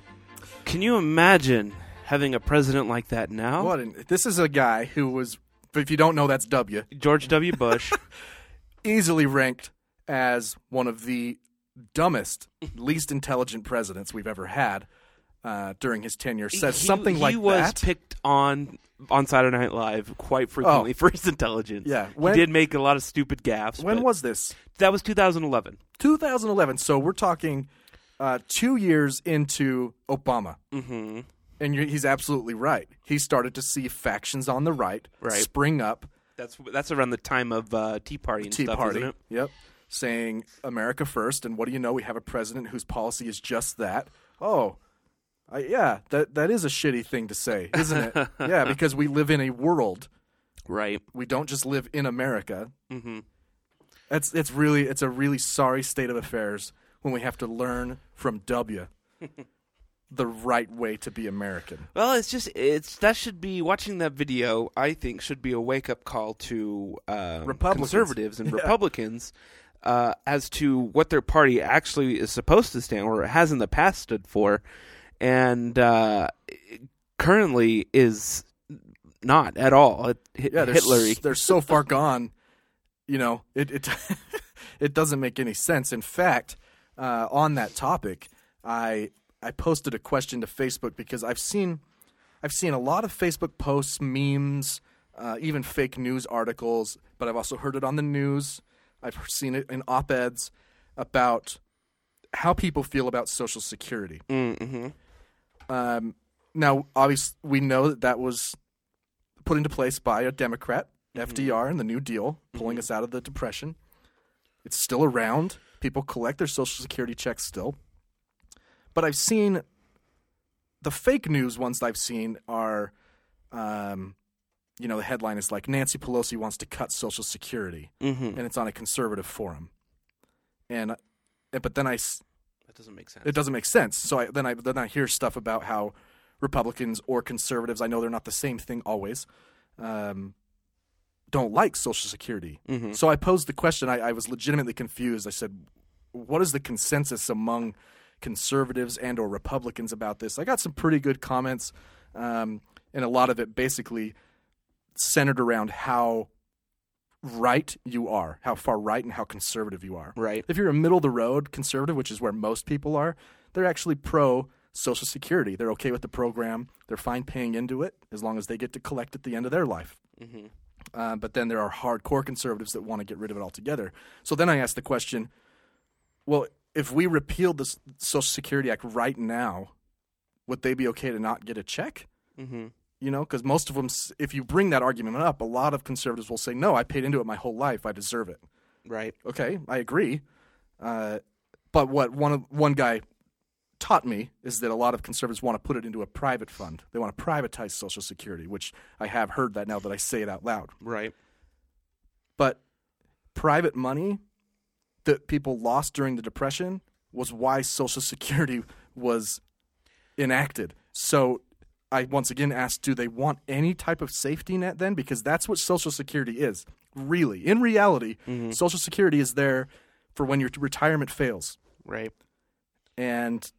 Can you imagine having a president like that now?
what? An, this is a guy who was, if you don't know, that's W.
George W. Bush.
Easily ranked as one of the dumbest, least intelligent presidents we've ever had uh, during his tenure. Says
He-
something like
he was
that.
picked on on Saturday Night Live quite frequently for his intelligence.
Oh. Yeah,
he
when-
did make a lot of stupid gaffes.
when
but
was this?
that? Was 2011?
2011. So we're talking uh, two years into Obama.
Mm-hmm.
And you he's absolutely right. He started to see factions on the right,
Right.
spring up.
That's that's around the time of uh, Tea Party and
Tea
stuff,
Party.
isn't it?
Yep. Saying America first, and what do you know? We have a president whose policy is just that. Oh, I, yeah, that that is a shitty thing to say, isn't it? yeah, because we live in a world.
Right.
We don't just live in America. Mm-hmm. It's it's really it's a really sorry state of affairs when we have to learn from W. the right way to be American.
Well, it's just it's that should be watching that video. I think should be a wake up call to um,
Republicans.
conservatives and Republicans uh, as to what their party actually is supposed to stand or has in the past stood for, and uh, currently is not at all. It, hit,
Yeah, they're s-
Hitlery.
they're so far gone. You know, it it it doesn't make any sense. In fact, uh, on that topic, I I posted a question to Facebook because I've seen I've seen a lot of Facebook posts, memes, uh, even fake news articles, but I've also heard it on the news. I've seen it in op eds about how people feel about Social Security.
Mm-hmm.
Um, now, obviously, we know that that was put into place by a Democrat,
Mm-hmm.
FDR, and the New Deal, pulling us out of the Depression. It's still around. People collect their Social Security checks still. But I've seen the fake news ones that I've seen are, um, you know, the headline is like Nancy Pelosi wants to cut Social Security,
Mm-hmm.
and it's on a conservative forum. And uh, but then I s-
That doesn't make sense.
it doesn't make sense. So I, then I then I hear stuff about how Republicans or conservatives, I know they're not the same thing always, um, don't like Social Security. So I posed the question. I, I was legitimately confused. I said, "What is the consensus among conservatives and or Republicans about this?" I got some pretty good comments, um, and a lot of it basically centered around how right you are, how far right and how conservative you are.
Right.
If you're a middle of the road conservative, which is where most people are, they're actually pro Social Security. They're okay with the program. They're fine paying into it as long as they get to collect at the end of their life. Uh, but then there are hardcore conservatives that want to get rid of it altogether. So then I asked the question well, if we repealed the S- Social Security Act right now, would they be okay to not get a check?
Mm-hmm.
You know, because most of them, s- if you bring that argument up, a lot of conservatives will say, no, I paid into it my whole life. I deserve it
Right.
okay, I agree. Uh, but what one of, one guy taught me is that a lot of conservatives want to put it into a private fund. They want to privatize Social Security, which I have heard that now that I say it out loud.
Right.
But private money that people lost during the Depression was why Social Security was enacted. So I once again asked, do they want any type of safety net then? Because that's what Social Security is, really. In reality, Social Security is there for when your retirement fails.
Right.
And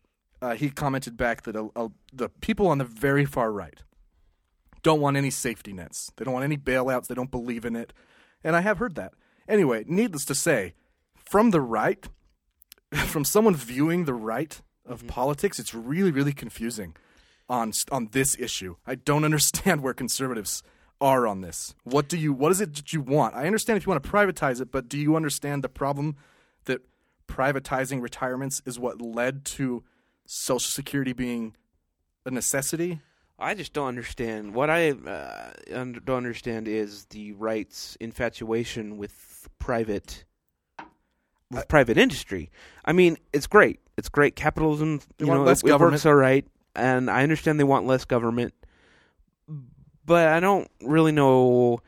uh, he commented back that a, a, the people on the very far right don't want any safety nets. They don't want any bailouts. They don't believe in it. And I have heard that. Anyway, needless to say, from the right, from someone viewing the right of politics, it's really, really confusing on s- on this issue. I don't understand where conservatives are on this. What do you? What is it that you want? I understand if you want to privatize it, but do you understand the problem that privatizing retirements is what led to Social Security being a necessity?
I just don't understand. What I uh, un- don't understand is the right's infatuation with private with private industry. I mean, it's great. It's great capitalism.
They
you
want
know,
less
it, it works
government.
all right, and I understand they want less government, but I don't really know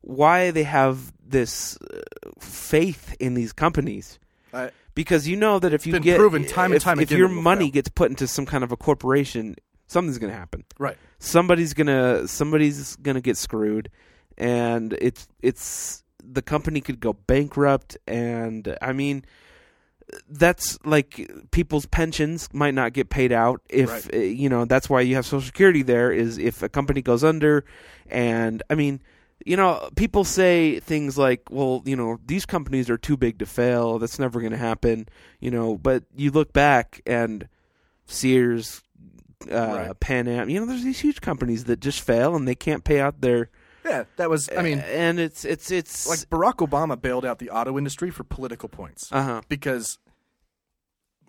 why they have this uh, faith in these companies.
I-
because you know that if you
Been
get
proven time and
if-
time
if
again
your
that it'll
money
fail.
gets put into some kind of a corporation, something's going to happen
Right.
somebody's gonna somebody's gonna get screwed, and it's it's the company could go bankrupt, and I mean that's like people's pensions might not get paid out if
Right.
uh, you know that's why you have social security there is if a company goes under and i mean you know people say things like well you know these companies are too big to fail that's never going to happen you know but you look back and sears uh,
Right.
pan am you know there's these huge companies that just fail and they can't pay out their
Yeah, that was. I mean,
and it's it's it's
like Barack Obama bailed out the auto industry for political points
uh-huh
because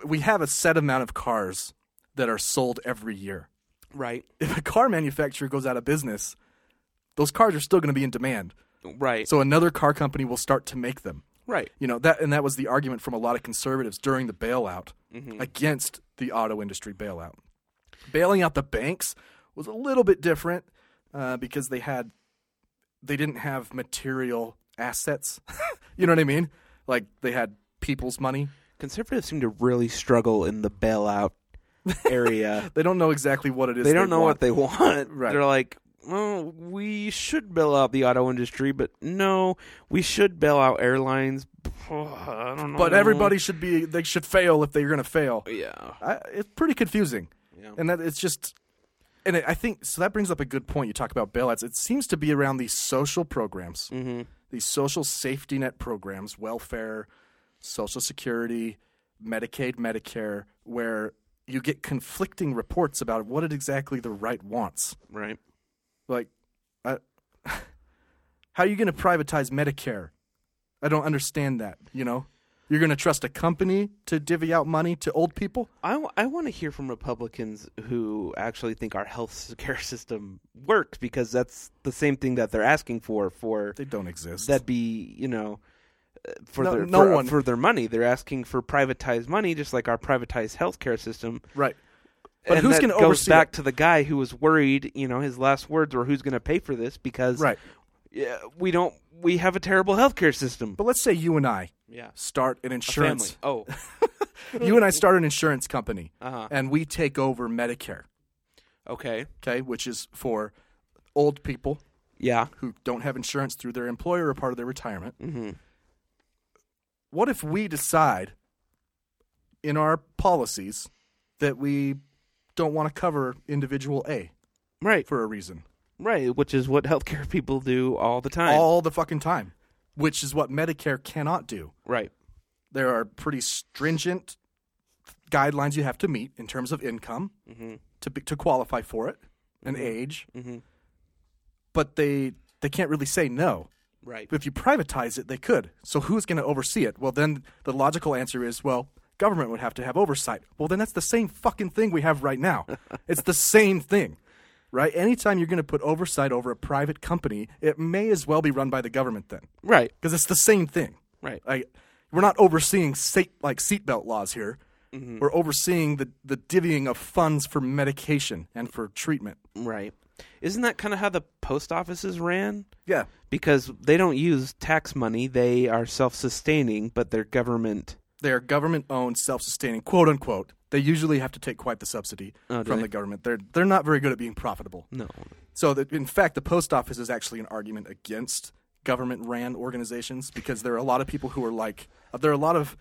we have a set amount of cars that are sold every year.
right
If a car manufacturer goes out of business, those cars are still going to be in demand.
right
So another car company will start to make them.
right
You know that, and that was the argument from a lot of conservatives during the bailout
Mm-hmm.
against the auto industry bailout. Bailing out the banks was a little bit different uh, because they had they didn't have material assets. you know what I mean? Like they had people's money.
conservatives seem to really struggle in the bailout area.
They don't know exactly what it is.
they don't know what
want.
they want.
Right.
They're like, well, we should bail out the auto industry, but no, we should bail out airlines. I don't know.
But everybody should be. They should fail if they're going to fail.
yeah,
I, it's pretty confusing,
Yeah.
and that it's just, and it, I think so. That brings up a good point. You talk about bailouts. It seems to be around these social programs, these social safety net programs, welfare, social security, Medicaid, Medicare, where you get conflicting reports about what it exactly the right wants.
right.
Like, I, how are you going to privatize Medicare? I don't understand that. You know, you're going to trust a company to divvy out money to old people.
I, want to hear from Republicans who actually think our health care system works because that's the same thing that they're asking for for
They don't exist.
that'd be you know uh, for
No-
their
no
for,
one-
for their money they're asking for privatized money just like our privatized healthcare system
right. But
And
who's
that
going to
goes
oversee
back
it?
to the guy who was worried you know his last words were who's going to pay for this because
Right.
yeah, we don't we have a terrible healthcare system
But let's say you and I
yeah
start an insurance.
family oh
You and I start an insurance company,
Uh-huh.
and we take over Medicare.
okay
Okay, which is for old people
yeah
who don't have insurance through their employer or part of their retirement.
Mm-hmm.
What if we decide in our policies that we don't want to cover individual A
right
for a reason?
right which is what healthcare people do all the time
All the fucking time, which is what Medicare cannot do.
right
there are pretty stringent guidelines you have to meet in terms of income to be, to qualify for it and age. But they they can't really say no.
right
If you privatize it, they could. So who's going to oversee it? Well, then the logical answer is well, government would have to have oversight. Well, then that's the same fucking thing we have right now. it's the same thing. Right? Anytime you're going to put oversight over a private company, it may as well be run by the government then
right
because it's the same thing.
Right.
Like, we're not overseeing state, like seatbelt laws here.
Mm-hmm.
or overseeing the, the divvying of funds for medication and for treatment.
Right. Isn't that kind of how the post offices ran?
Yeah.
Because they don't use tax money, they are self sustaining, but they're government.
They are government owned, self sustaining, quote unquote. They usually have to take quite the subsidy
Oh, do
from
they? Mm.
the government. They're they're not very good at being profitable.
No.
So that in fact, the post office is actually an argument against government ran organizations because there are a lot of people who are like uh, there are a lot of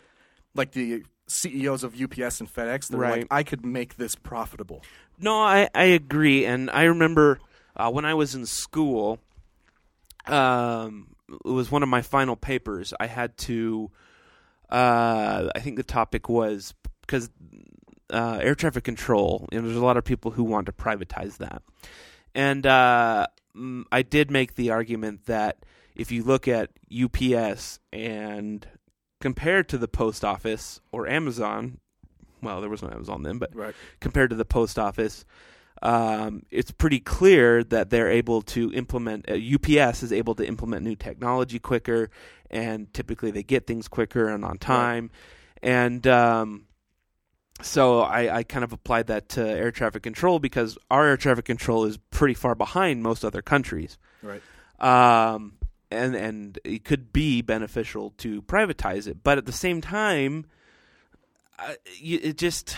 like the CEOs of UPS and FedEx. They're
Right.
like, I could make this profitable.
No, I, I agree. And I remember uh, when I was in school, um, it was one of my final papers. I had to, uh, I think the topic was because uh, air traffic control, and there's a lot of people who want to privatize that. And uh, mm, I did make the argument that if you look at UPS and compared to the post office or Amazon, well, there was no Amazon then, but
Right.
compared to the post office, um, it's pretty clear that they're able to implement. Uh, UPS is able to implement new technology quicker, and typically they get things quicker and on time. And um, so I, I kind of applied that to air traffic control because our air traffic control is pretty far behind most other countries
Right.
um, and and it could be beneficial to privatize it, but at the same time, uh, you, it just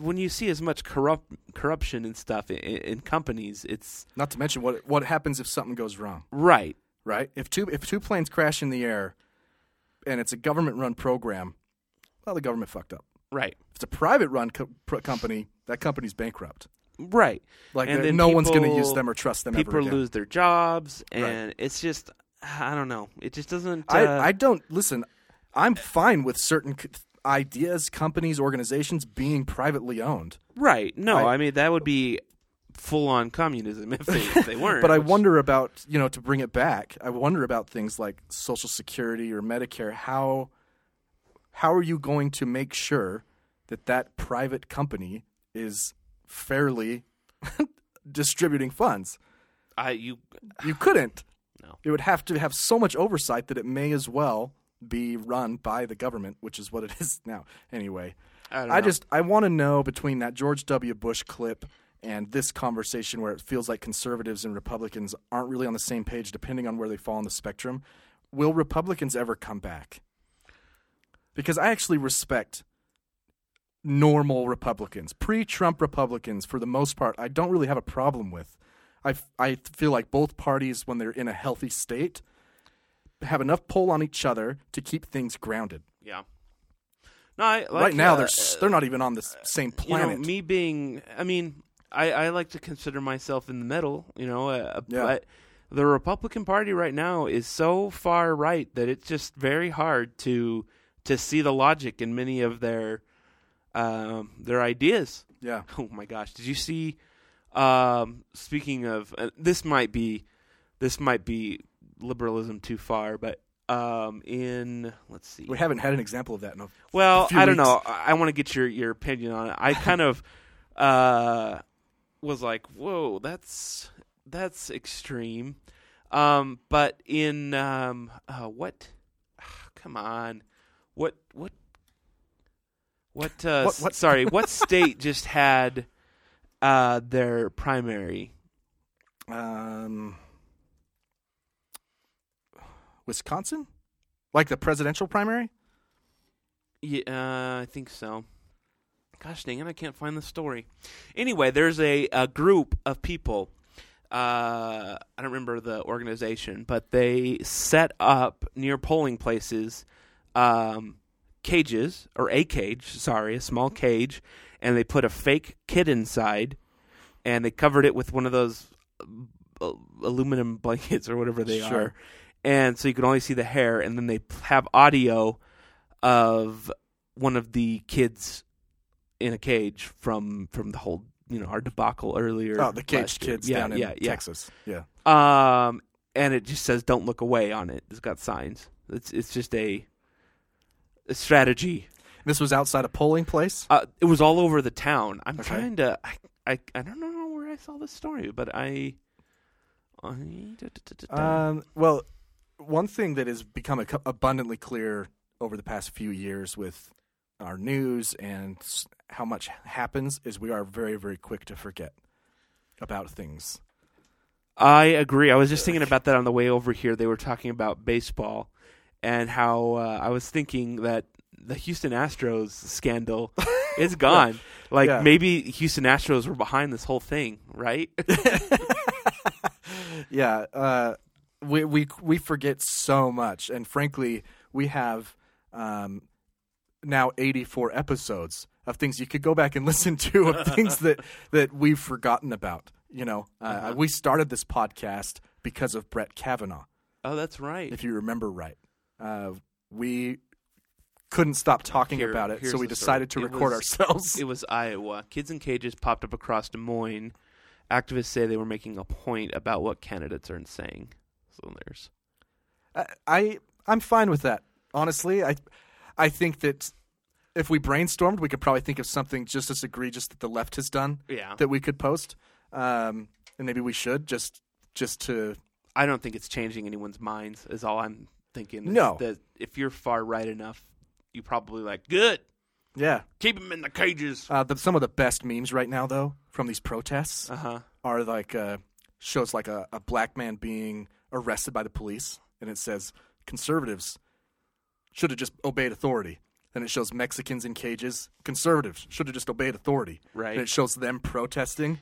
when you see as much corrupt corruption and stuff in, in companies, it's
Not to mention what what happens if something goes wrong.
right.
right? If two if two planes crash in the air, and it's a government run program, well, the government fucked up.
Right,
If it's a private run co- pro- company, that company's bankrupt.
right.
Like,
and
there-
then
no one's gonna
people-
use them or trust them ever
People
again.
lose their jobs, and it's just I don't know. It just doesn't. uh,
I I don't listen. I'm fine with certain c- ideas, companies, organizations being privately owned,
right. No,
I-
I, mean that would be full on communism if they if they weren't.
but I
which-
wonder about you know to bring it back. I wonder about things like Social Security or Medicare. How how are you going to make sure that that private company is fairly distributing funds?
I you
You couldn't.
No.
It would have to have so much oversight that it may as well be run by the government, which is what it is now. Anyway,
I don't
I
know.
just I want to know between that George W. Bush clip and this conversation where it feels like conservatives and Republicans aren't really on the same page depending on where they fall on the spectrum. Will Republicans ever come back? Because I actually respect normal Republicans, pre-Trump Republicans for the most part, I don't really have a problem with. I, f- I feel like both parties, when they're in a healthy state, have enough pull on each other to keep things grounded.
yeah. No, I, like,
right now,
uh,
they're s- they're not even on the s- same planet.
You know, me being, I mean, I, I like to consider myself in the middle, you know, uh,
Yeah.
but the Republican Party right now is so far right that it's just very hard to to see the logic in many of their um, their ideas.
yeah,
Oh my gosh! Did you see? Um, speaking of, uh, this might be, this might be liberalism too far, but um, in let's see,
we haven't had an example of that in a
well,
few
I don't
weeks.
know. I, I want to get your, your opinion on it. I kind of uh, was like, "Whoa, that's that's extreme." Um, but in um, uh, what? Come on, what what what? Uh,
What- what?
s- Sorry, what state just had uh, their primary?
Um, Wisconsin, like the presidential primary.
Yeah, uh, I think so. Gosh dang it, I can't find the story. Anyway, there's a, a group of people. Uh, I don't remember the organization, but they set up near polling places um, cages, or a cage, sorry, a small cage, and they put a fake kid inside and they covered it with one of those uh, aluminum blankets or whatever they
Sure.
are. And so you could only see the hair, and then they p- have audio of one of the kids in a cage from from the whole you know our debacle earlier.
Oh, the
last
caged
year.
kids
yeah,
down in
yeah, yeah.
Texas. Yeah,
Um, and it just says "Don't look away" on it. It's got signs. It's it's just a, a strategy.
this was outside a polling place.
Uh, it was all over the town. I'm
Okay.
trying to. I, I I don't know where I saw this story, but I. I da- da- da- da- da.
Um, well, one thing that has become ac- abundantly clear over the past few years with our news and s- how much happens is we are very very quick to forget about things.
I agree. I was just thinking about that on the way over here. They were talking about baseball and how uh, I was thinking that the Houston Astros scandal is gone. Like
Yeah.
maybe Houston Astros were behind this whole thing, right?
Yeah, uh, we we we forget so much, and frankly, we have um, now eighty four episodes of things you could go back and listen to of things that that we've forgotten about. You know, uh, we started this podcast because of Brett Kavanaugh,
oh, that's right.
if you remember right. Uh, we couldn't stop talking
Here-
about it,
here's
so we
the
decided
story.
to
It
record
was-
ourselves.
It was Iowa. Kids in cages popped up across Des Moines. Activists say they were making a point about what candidates are saying. So there's
I- I I'm fine with that. Honestly, I I think that if we brainstormed, we could probably think of something just as egregious that the left has done.
Yeah.
That we could post, um, and maybe we should just just to
I don't think it's changing anyone's minds. Is all I'm thinking. is
No.
that if you're far right enough, you probably like good.
yeah.
Keep them in the cages.
Uh, the, some of the best memes right now, though, from these protests
Uh huh.
are like uh, shows like a, a black man being arrested by the police, and it says conservatives should have just obeyed authority. Then it shows Mexicans in cages. Conservatives should have just obeyed authority.
Right.
And it shows them protesting.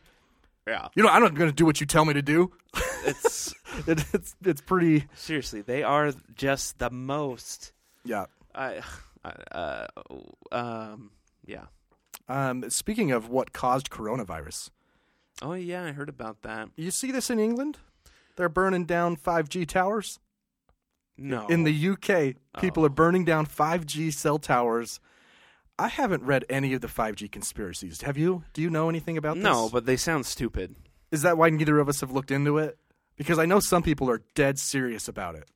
Yeah.
You know, I'm not going to do what you tell me to do.
It's
It, it's it's pretty.
seriously, they are just the most.
Yeah.
I, I uh, um, yeah.
Um, speaking of what caused coronavirus,
Oh yeah, I heard about that.
you see this in England? They're burning down 5G towers.
No,
In the UK, people
Oh.
are burning down 5G cell towers. I haven't read any of the 5G conspiracies. Have you? Do you know anything about this?
no, but they sound stupid.
Is that why neither of us have looked into it? Because I know some people are dead serious about it.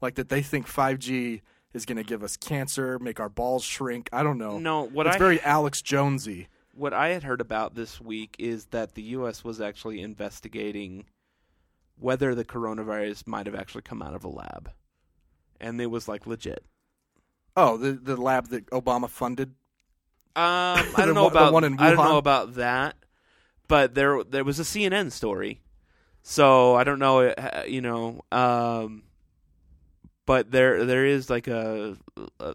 Like that they think 5G is going to give us cancer, make our balls shrink. I don't know.
No, what
it's
I-
very Alex Jonesy.
What I had heard about this week is that the U.S. was actually investigating whether the coronavirus might have actually come out of a lab, and it was like legit.
Oh, the the lab that Obama funded.
Um,
The
I don't know
one- the
about
one in
I don't
Wuhan?
know about that, but there there was a CNN story, so I don't know. uh, You know, um, but there there is like a, a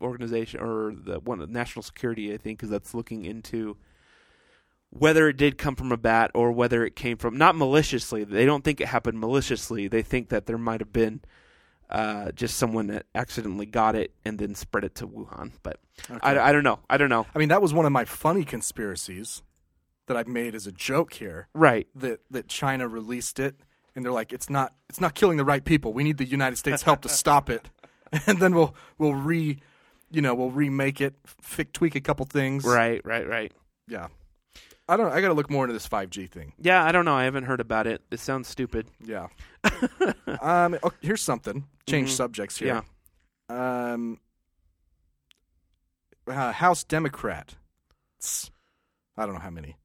organization or the one national security I think because that's looking into whether it did come from a bat or whether it came from not maliciously. They don't think it happened maliciously. They think that there might have been uh, just someone that accidentally got it and then spread it to Wuhan. But I, I don't know. I don't know.
I mean, that was one of my funny conspiracies that I've made as a joke here.
Right.
That that China released it, and they're like, it's not it's not killing the right people. We need the United States help to stop it, and then we'll we'll re, you know, we'll remake it, fi- tweak a couple things.
Right. Right. Right.
Yeah. I don't. I got to look more into this 5G thing.
Yeah. I don't know. I haven't heard about it. It sounds stupid.
Yeah. um. oh, here's something. Change subjects here.
Mm-hmm. Yeah.
um, uh, House Democrat, I don't know how many,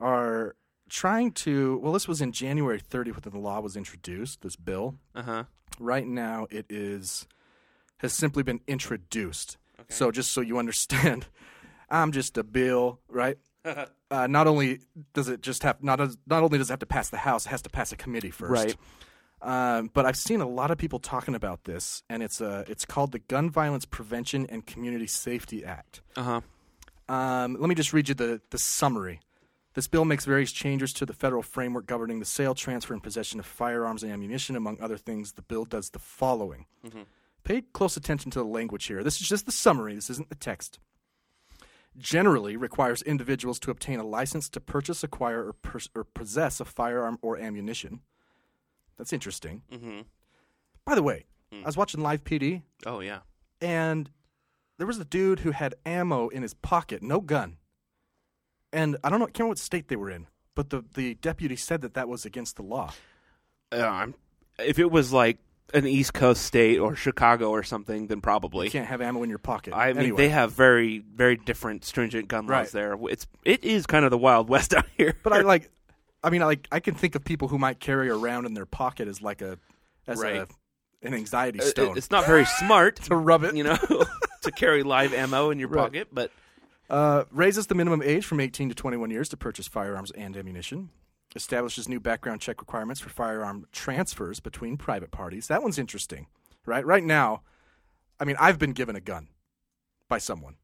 are trying to. Well, this was in January 30th when the law was introduced, this bill.
Uh huh.
Right now, it is has simply been introduced. So, just so you understand, I'm just a bill, right? uh, not only does it just have not as, not only does it have to pass the House, it has to pass a committee first.
Right.
Um, but I've seen a lot of people talking about this, and it's uh, it's called the Gun Violence Prevention and Community Safety Act.
Uh huh.
Um, let me just read you the, the summary. This bill makes various changes to the federal framework governing the sale, transfer, and possession of firearms and ammunition. Among other things, the bill does the following. Pay close attention to the language here. This is just the summary, this isn't the text. Generally requires individuals to obtain a license to purchase, acquire, or, pers- or possess a firearm or ammunition. That's interesting. Mm-hmm. By the way, I was watching Live PD
Oh yeah.
and there was a dude who had ammo in his pocket, no gun. And I don't know, I can't remember what state they were in, but the, the deputy said that that was against the law.
Uh, I'm, if it was like an East Coast state or Chicago or something, then probably.
You can't have ammo in your pocket.
I mean,
Anyway.
they have very, very different stringent gun laws
Right.
there. It's it is kind of the Wild West out here.
But I like, I mean, I like I can think of people who might carry around in their pocket as like a as
Right.
a an anxiety
Uh,
stone.
It's not very smart
To rub it.
you know. to carry live ammo in your
Right.
pocket, but
Uh, raises the minimum age from 18 to 21 years to purchase firearms and ammunition. Establishes new background check requirements for firearm transfers between private parties. That one's interesting, right? Right now, I mean, I've been given a gun by someone.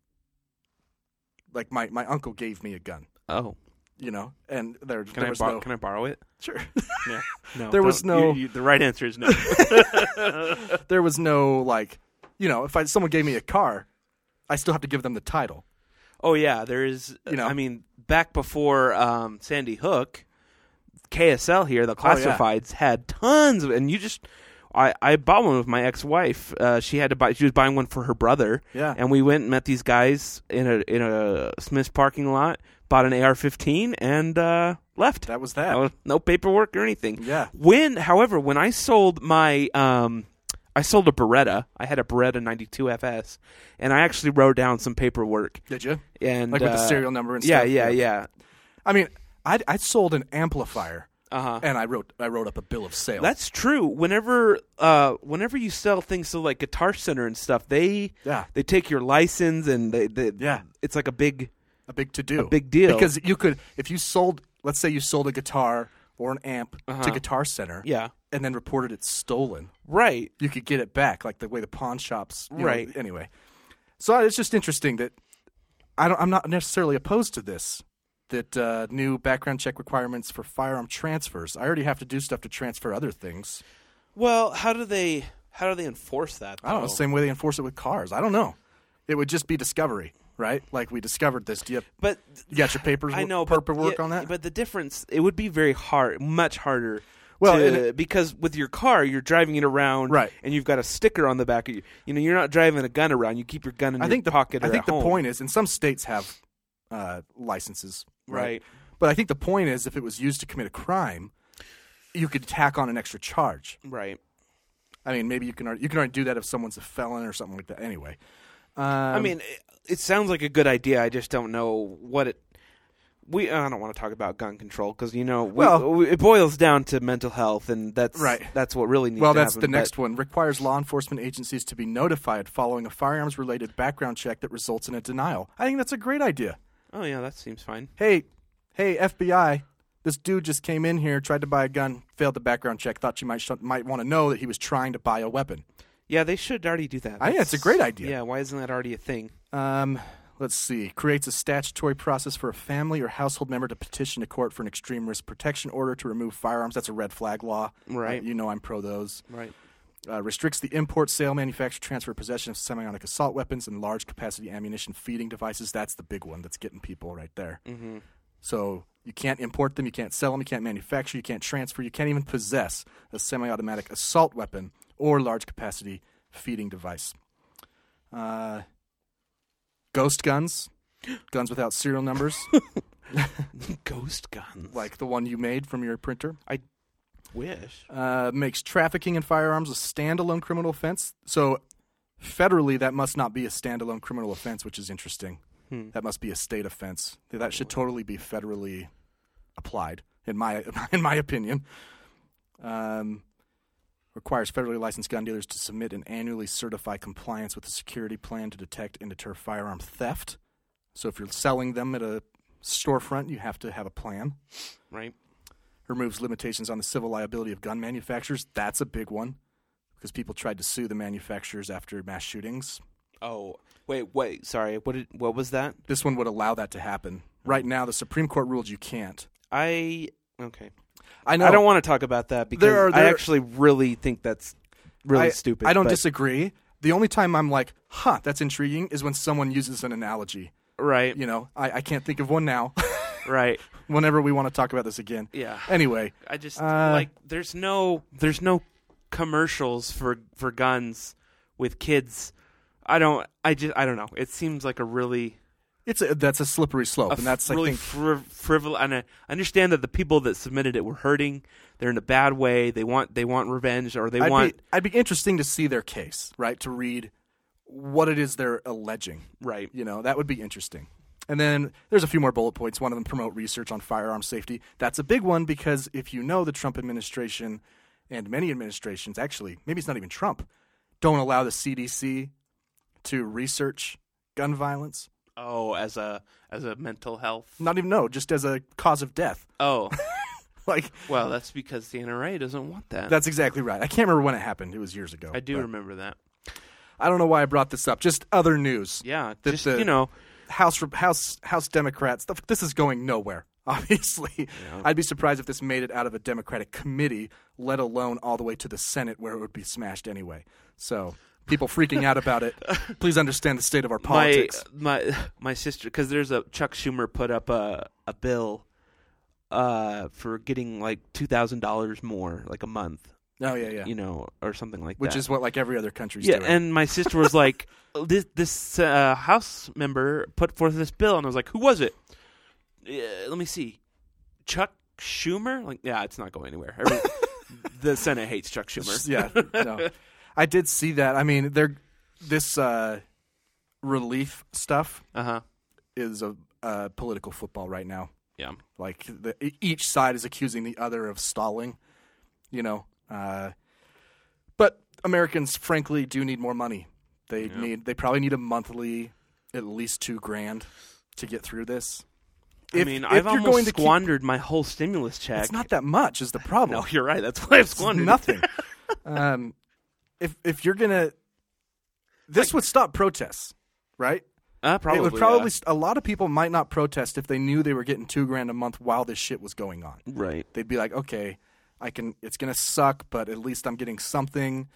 Like my, my uncle gave me a gun,
oh,
you know, and there,
can
there
I
was
bor-
no
can I borrow it?
sure.
Yeah. No,
There was
don't.
no-
You- you- the right answer is no.
there was no like, you know, if I, someone gave me a car, I still have to give them the title.
oh yeah, there is.
You know.
I mean, back before um, Sandy Hook, KSL here,
Oh,
the
yeah.
classifieds had tons of, and you just. I, I bought one with my ex-wife. Uh, she had to buy. She was buying one for her brother.
Yeah.
And we went and met these guys in a in a Smith's parking lot. Bought an AR-15 and uh, left.
That was that.
I was- no paperwork or anything.
Yeah.
When, however, when I sold my, um, I sold a Beretta. I had a Beretta 92 FS, and I actually wrote down some paperwork.
Did you?
And
Like with the
uh,
serial number and
yeah,
stuff?
Yeah,
Yeah.
yeah,
I mean, I I sold an amplifier,
Uh-huh.
and I wrote I wrote up a bill of sale.
That's true. Whenever, uh, whenever you sell things to like Guitar Center and stuff, they
Yeah.
they take your license and they, they
Yeah.
it's like a big
a big to do,
a big deal.
because you could if you sold, let's say you sold a guitar or an amp to Guitar Center,
Uh-huh. yeah
and then reported it stolen,
right
you could get it back, like the way the pawn shops, you know,
Right.
anyway, so uh, it's just interesting that I don't, I'm not necessarily opposed to this. That uh, new background check requirements for firearm transfers. I already have to do stuff to transfer other things.
Well, how do they how do they enforce that?
I don't know.
though?
Same way they enforce it with cars. I don't know. It would just be discovery, right? Like we discovered this. Do you,
But
you got your papers?
I know but
paperwork
yeah,
on that.
But the difference, it would be very hard, much harder.
Well,
Well,
and it-
because with your car, you're driving it around,
Right.
And you've got a sticker on the back of you. You know, you're not driving a gun around. You keep your gun in
I
your
think the
pocket.
I
or
think
at
the
home.
point is, and some states have uh, licenses, right?
Right.
But I think the point is, if it was used to commit a crime, you could tack on an extra charge.
right?
I mean, maybe you can already, you can already do that if someone's a felon or something like that. Anyway, Um,
I mean, it, it sounds like a good idea. I just don't know what it. We I don't want to talk about gun control because you know, we,
Well-
we- it boils down to mental health, and that's
Right.
That's what really needs.
well,
to
that's
happen,
the
but-
next one. Requires law enforcement agencies to be notified following a firearms-related background check that results in a denial. I think that's a great idea.
Oh yeah, that seems fine.
hey, hey, FBI, this dude just came in here, tried to buy a gun, failed the background check, thought you might sh- might want to know that he was trying to buy a weapon.
Yeah, they should already do that.
I think that's a great idea.
Yeah, why isn't that already a thing?
Um, let's see. Creates a statutory process for a family or household member to petition to court for an extreme risk protection order to remove firearms. That's a red flag law.
Right.
Uh, you know I'm pro those.
Right.
Uh, restricts the import, sale, manufacture, transfer, possession of semionic assault weapons and large capacity ammunition feeding devices. That's the big one that's getting people right there. Mm-hmm. So you can't import them, you can't sell them, you can't manufacture, you can't transfer, you can't even possess a semi automatic assault weapon or large capacity feeding device. Uh, ghost guns, guns without serial numbers,
Ghost guns.
like the one you made from your printer.
wish.
uh, makes trafficking in firearms a standalone criminal offense. So, federally, that must not be a standalone criminal offense, which is interesting. That must be a state offense. That should totally be federally applied, in my in my opinion. Um, requires federally licensed gun dealers to submit and annually certify compliance with a security plan to detect and deter firearm theft. So, if you're selling them at a storefront, you have to have a plan
Right.
removes limitations on the civil liability of gun manufacturers. That's a big one because people tried to sue the manufacturers after mass shootings.
Oh wait, wait. Sorry. What did, What was that?
This one would allow that to happen. Right now, the Supreme Court ruled you can't.
I okay.
I know.
I don't want to talk about that because
There are-
I
there-
actually really think that's really
I-
stupid.
I don't
but-
disagree. The only time I'm like, huh, that's intriguing is when someone uses an analogy.
Right.
You know, I, I can't think of one now.
Right.
Whenever we want to talk about this again.
Yeah.
Anyway,
I just
Uh,
like there's no there's no commercials for for guns with kids. I don't. I just. I don't know. It seems like a really
it's a, that's a slippery slope,
a
and that's
really
I think
friv- frivolous. And I understand that the people that submitted it were hurting. They're in a bad way. They want they want revenge, or they
I'd
want
be I'd be interesting to see their case, right? To read what it is they're alleging.
right.
You know, that would be interesting. And then there's a few more bullet points. One of them promote research on firearm safety. That's a big one because if you know the Trump administration and many administrations, actually, maybe it's not even Trump, don't allow the CDC to research gun violence.
Oh, as a as a mental health.
Not even no, just as a cause of death.
Oh,
like
well, that's because the NRA doesn't want that.
That's exactly right. I can't remember when it happened. It was years ago.
I do
but
remember that.
I don't know why I brought this up. Just other news.
Yeah,
That
just
the
you know,
House House House Democrats. the- This is going nowhere. Obviously, I'd be surprised if this made it out of a Democratic committee, let alone all the way to the Senate, where it would be smashed anyway. So, people freaking out about it, please understand the state of our politics.
My my my sister, because there's a Chuck Schumer put up a a bill, uh, for getting like two thousand dollars more, like a month.
oh yeah, yeah.
You know, or something like
Which
that.
is what like every other country's
yeah,
doing.
and my sister was like, "This this uh, House member put forth this bill," and I was like, "Who was it?" Uh, let me see, Chuck Schumer. Like, yeah, it's not going anywhere. Every- the Senate hates Chuck Schumer.
yeah, no. I did see that. I mean, they're this uh, relief stuff
Uh huh.
is a uh, political football right now.
Yeah.
Like the, e- each side is accusing the other of stalling, you know. Uh, but Americans, frankly, do need more money. They need they probably need a monthly, at least two grand, to get through this.
I
If-
mean,
if
I've
you're
almost
going to keep-
squandered my whole stimulus check.
It's not that much is the problem.
No, you're right. That's why I've
It's
squandered it.
nothing. um, if if you're gonna, this would stop protests, right?
Uh, probably.
it would probably
yeah.
s- a lot of people might not protest if they knew they were getting two grand a month while this shit was going on.
Right.
They'd be like, okay, I can. It's gonna suck, but at least I'm getting something,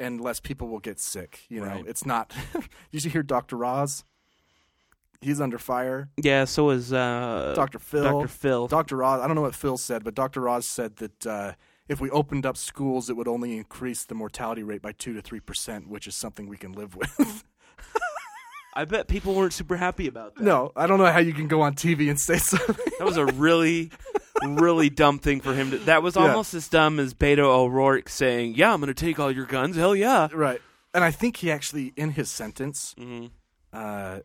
and less people will get sick. You know,
Right.
it's not. you should hear Dr. Roz. He's under fire.
Yeah. So is uh,
Dr. Phil.
Dr. Phil.
Dr. Roz, I don't know what Phil said, but Dr. Roz said that uh, if we opened up schools, it would only increase the mortality rate by 2 to 3%, which is something we can live with.
I bet people weren't super happy about that.
no, I don't know how you can go on TV and say something.
That was a really, really dumb thing for him to. That was
Yeah.
almost as dumb as Beto O'Rourke saying, "Yeah, I'm going to take all your guns." Hell yeah.
right. And I think he actually, in his sentence,
Mm-hmm.
uh,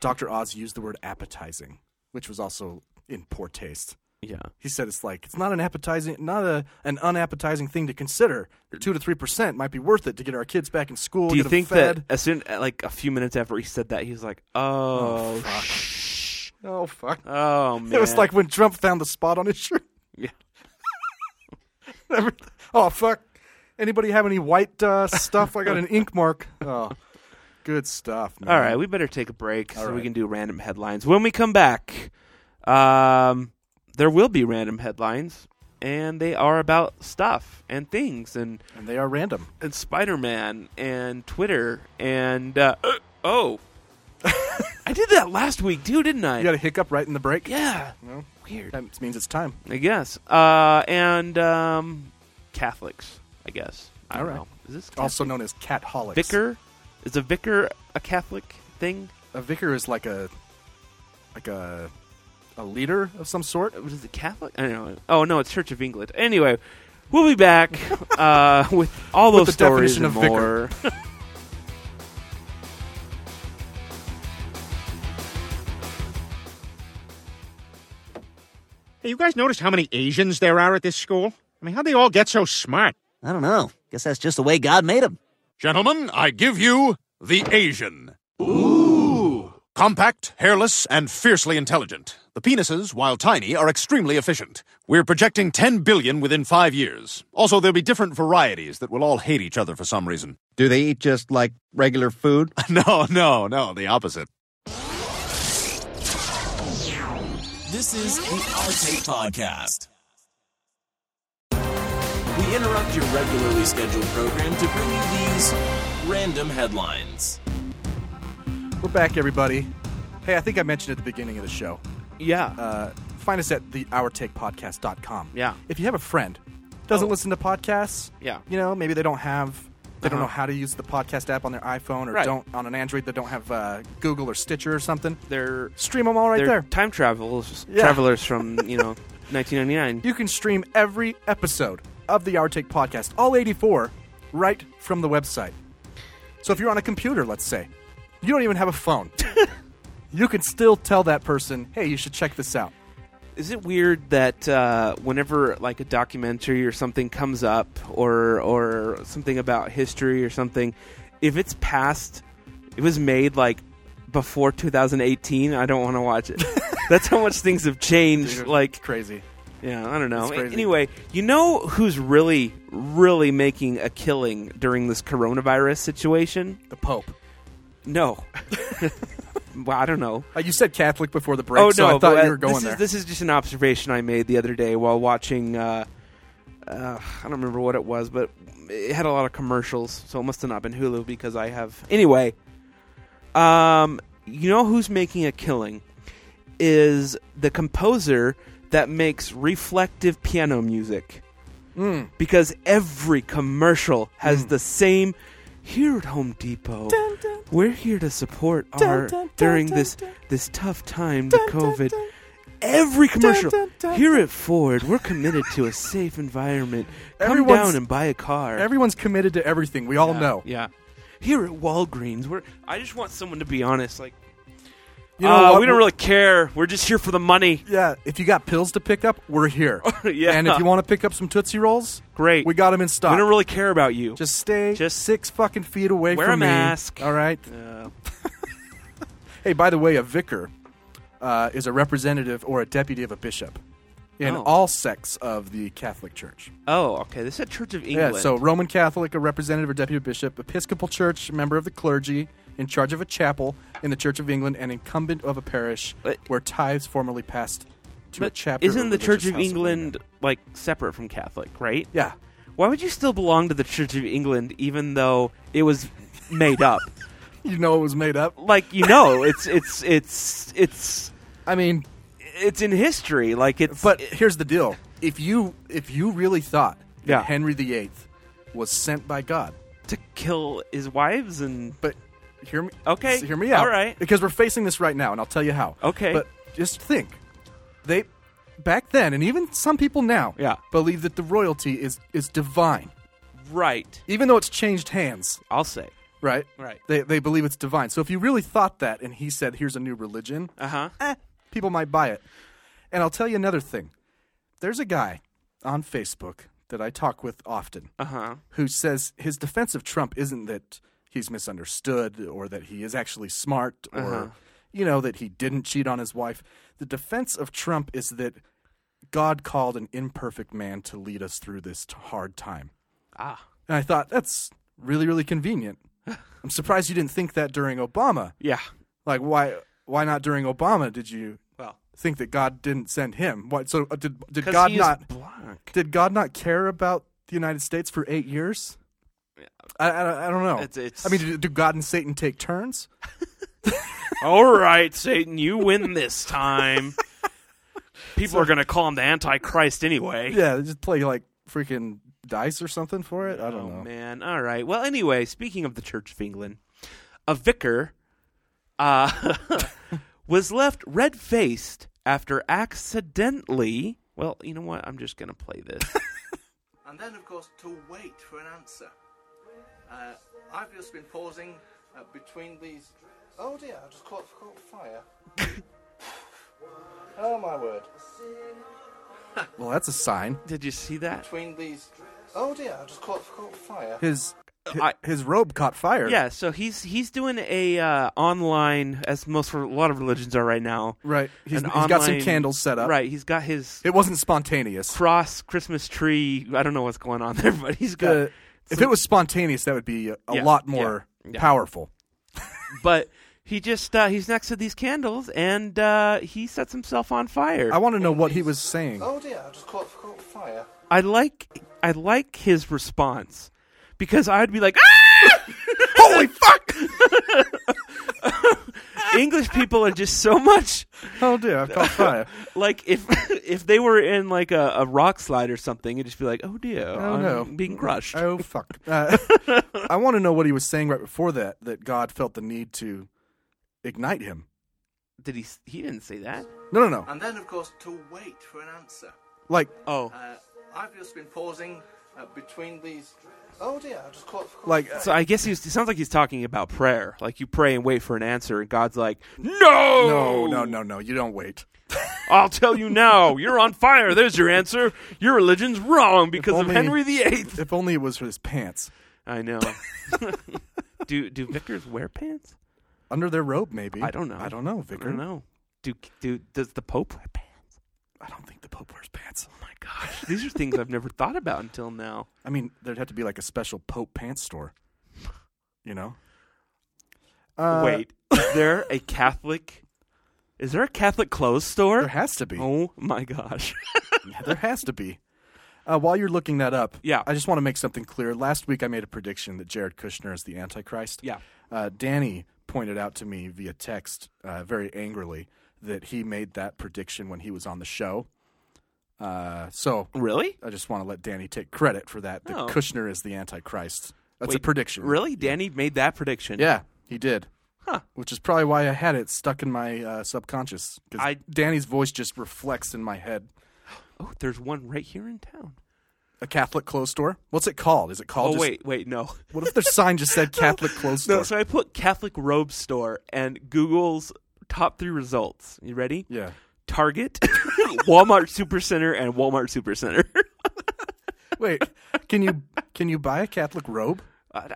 Dr. Oz used the word appetizing, which was also in poor taste.
Yeah.
He said it's like it's not an appetizing, not a an unappetizing thing to consider. Two to three percent might be worth it to get our kids back in school.
Do you
get 'em
think
fed.
that as soon, uh, like a few minutes after he said that, he was like, "Oh, oh fuck,
Oh fuck!
oh man."
It was like when Trump found the spot on his shirt.
Yeah.
Everyth- oh fuck! Anybody have any white uh, stuff? I got an ink mark. Oh, good stuff. Man.
All right, we better take a break so we
right.
can do random headlines. When we come back, um, there will be random headlines, and they are about stuff and things and,
and they are random.
and Spider Man and Twitter and uh, oh, I did that last week too, didn't I?
You got a hiccup right in the break.
yeah,
No?
weird.
That means it's time.
I guess. Uh, and um, Catholics, I guess. I
All
don't
right.
know. Is this Catholic?
Also known as cat holics.
vicar? Is a vicar a Catholic thing?
A vicar is like a like a a leader of some sort.
what is it Catholic? I don't know. Oh no, it's Church of England. Anyway, we'll be back uh, with all those
the
stories
definition
and
of vicar.
more.
Hey, you guys notice how many Asians there are at this school? I mean, how'd they all get so smart?
I don't know. Guess that's just the way God made him.
Gentlemen, I give you the Asian. Ooh! Compact, hairless, and fiercely intelligent. The penises, while tiny, are extremely efficient. We're projecting 10 billion within five years. Also, there'll be different varieties that will all hate each other for some reason.
Do they eat just like regular food?
No, no, no, the opposite.
This is the Our Take Podcast. We interrupt your regularly scheduled program to bring you these random headlines.
We're back, everybody. Hey, I think I mentioned at the beginning of the show.
Yeah.
Uh, find us at the ourtakepodcast.com.
Yeah. Oh.
If you have a friend doesn't listen to podcasts,
Yeah.
you know, maybe they don't have they don't
Uh-huh.
know how to use the podcast app on their iPhone or
Right.
don't on an Android they don't have uh, Google or Stitcher or something.
They're
Stream them all right
they're
there.
time travelers,
Yeah.
travelers from you know 1999.
You can stream every episode of the Our Take podcast, all 84, right from the website. So if you're on a computer, let's say, you don't even have a phone. you can still tell that person, "Hey, you should check this out."
Is it weird that uh, whenever like a documentary or something comes up, or or something about history or something, if it's past, it was made like before 2018. I don't want to watch it. That's how much things have changed.
Dude,
like
crazy.
Yeah, I don't know.
It's crazy.
Anyway, you know who's really, really making a killing during this coronavirus situation?
The Pope.
No. well, I don't know.
Uh, you said Catholic before the break, so I thought
but, uh,
you were going
this is-
there.
this is just an observation I made the other day while watching. Uh, uh, I don't remember what it was, but it had a lot of commercials, so it must have not been Hulu because I have. Anyway, um, you know who's making a killing is the composer that makes reflective piano music
Hmm.
Mm.
because every commercial has the same. Here at Home Depot, we're here to support
Dun,
our
dun, dun,
during
dun,
this this tough time, the COVID. Every commercial
Dun, dun, dun,
here at Ford, we're committed to a safe environment. Come
Everyone's-
down and buy a car.
Everyone's committed to everything. We all
Yeah,
know.
Yeah. Here at Walgreens, we're. I just want someone to be honest. Like,
You know
"Uh,
what?
we don't really care. We're just here for the money.
Yeah, if you got pills to pick up, we're here.
Yeah.
And if you want to pick up some Tootsie Rolls,
great.
We got them in stock.
We don't really care about you.
Just stay just six fucking feet away
Wear
from
a
me.
mask.
All right.
Uh,
Hey, by the way, a vicar uh, is a representative or a deputy of a bishop in
Oh.
all sects of the Catholic Church.
oh, okay. This is a Church of England.
Yeah, so Roman Catholic, a representative or deputy bishop, Episcopal Church, member of the clergy, in charge of a chapel in the Church of England, and incumbent of a parish where tithes formerly passed to a
But
chapter. or
isn't the
religious
Church of
house
England like separate from Catholic, right?
Yeah.
Why would you still belong to the Church of England even though it was made up?
You know it was made up.
Like you know, it's it's it's it's.
I mean,
it's in history. Like it's.
But here's the deal: if you if you really thought that
Yeah.
Henry VIII was sent by God
to kill his wives and
but hear me
Okay,
hear me out
all right.
because we're facing this right now and I'll tell you how
Okay.
but just think they back then and even some people now yeah. believe that the royalty is is divine
right.
even though it's changed hands
I'll say.
right
Right.
they they believe it's divine so if you really thought that and he said here's a new religion
uh-huh
Uh, people might buy it and I'll tell you another thing there's a guy on Facebook that I talk with often
Uh huh.
who says his defense of Trump isn't that he's misunderstood or that he is actually smart or
Uh-huh.
you know that he didn't cheat on his wife. The defense of Trump is that God called an imperfect man to lead us through this t- hard time.
Ah.
And I thought that's really really convenient. I'm surprised you didn't think that during Obama.
Yeah.
Like why why not during Obama did you
Well.
think that God didn't send him? Why so uh, did did
'Cause
God
he is
not
black.
Did God not care about the United States for 8 years? I, I, I don't know.
It's- it's-
I mean, do, do God and Satan take turns?
All right, Satan, you win this time. People are going to call him the Antichrist anyway.
Yeah, they just play like freaking dice or something for it. I don't know.
Oh, Man, all right. Well, anyway, speaking of the Church of England, a vicar uh, was left red faced after accidentally. Well, you know what? I'm just going to play this.
and then, of course, to wait for an answer. Uh, I've just been pausing uh, between these. Oh dear, I just caught, caught fire. oh my word.
Well, that's a sign.
Did you see that?
Between these. Oh dear, I just caught, caught fire.
His hi- his robe caught fire.
Yeah, so he's he's doing a uh, online, as most a lot of religions are right now.
Right. He's-
an
he's got some candles set up.
Right. He's got his
It wasn't spontaneous.
cross Christmas tree. I don't know what's going on there, but he's got.
Uh, if
some-
it was spontaneous, that would be a, a
Yeah,
lot more
yeah, yeah.
powerful.
but he just uh, he's next to these candles and uh, he sets himself on fire.
I want to know what he was saying.
Oh dear, I just caught, caught fire.
I like I like his response because I'd be like, ah! holy fuck! English people are just so much.
Oh dear, I caught fire.
like if if they were in like a, a rock slide or something, it'd just be like, oh dear,
Oh
I'm
no,
being crushed.
Oh fuck. Uh, I want to know what he was saying right before that. That God felt the need to ignite him.
Did he? s- He didn't say that.
No, no, no.
And then, of course, to wait for an answer.
Like
oh,
Uh, I've just been pausing uh, between these. Oh dear, I just caught. caught
like uh,
so I guess he's, it sounds like he's talking about prayer. Like you pray and wait for an answer, and God's like, no,
No, no, no, no. You don't wait.
I'll tell you now. You're on fire. There's your answer. Your religion's wrong because of Henry VIII.
If only it was for his pants.
I know. do do Victor's wear pants?
Under their robe, maybe.
I don't know.
I don't know, Vicar.
I don't know. Do do does the Pope wear pants? I don't think the Pope wears pants. Oh my gosh, these are things I've never thought about until now.
I mean, there'd have to be like a special Pope pants store. You know? Uh,
Wait, is there a Catholic? Is there a Catholic clothes store? There
has to be.
Oh my gosh.
Yeah, there has to be. Uh, while you're looking that up,
yeah,
I just want to make something clear. Last week, I made a prediction that Jared Kushner is the Antichrist.
Yeah.
Uh, Danny pointed out to me via text, uh, very angrily, that he made that prediction when he was on the show. Uh, so
really,
I just want to let Danny take credit for that. That
Oh.
Kushner is the Antichrist. That's a
Wait,
prediction.
Really, Danny made that prediction.
Yeah, he did.
Huh.
Which is probably why I had it stuck in my uh, subconscious. 'cause
I-
Danny's voice just reflects in my head.
Oh, there's one right here in town.
A Catholic clothes store? What's it called? Is it called?
Oh,
just-
wait, wait, no.
What if their sign just said Catholic clothes store?
No, so I put Catholic robe store and Google's top three results. You ready?
Yeah.
Target, Walmart Supercenter, and Walmart Supercenter.
Wait, can you can you buy a Catholic robe at?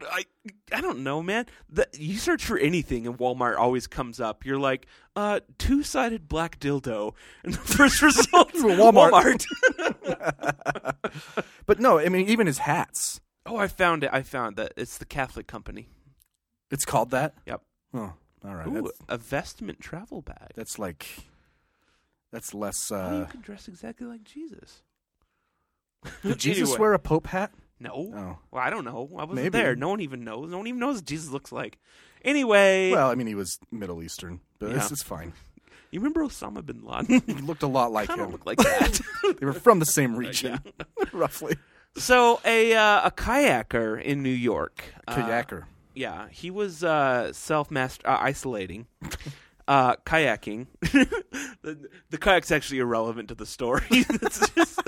I I don't know, man. The, you search for anything and Walmart always comes up. You're like, uh, two sided black dildo, and the first result is
Walmart. But no, I mean even his hats.
oh, I found it. I found that it's the Catholic company.
It's called that.
Yep.
Oh, all right.
Ooh,
That's,
a vestment travel bag.
that's like that's less.
How you
Uh,
can dress exactly like Jesus.
did Jesus
Anyway.
wear a pope hat?
No.
Oh.
Well, I don't know. I wasn't
Maybe.
there. No one even knows. No one even knows what Jesus looks like. Anyway,
Well, I mean he was Middle Eastern, but
Yeah.
this is fine.
you remember Osama bin Laden?
He looked a lot like
Kinda
him.
looked like that.
they were from the same region, roughly.
so, a uh, a kayaker in New York. uh,
Kayaker.
yeah, he was uh, self master uh, isolating. Uh, kayaking. the, the kayak's actually irrelevant to the story. It's just-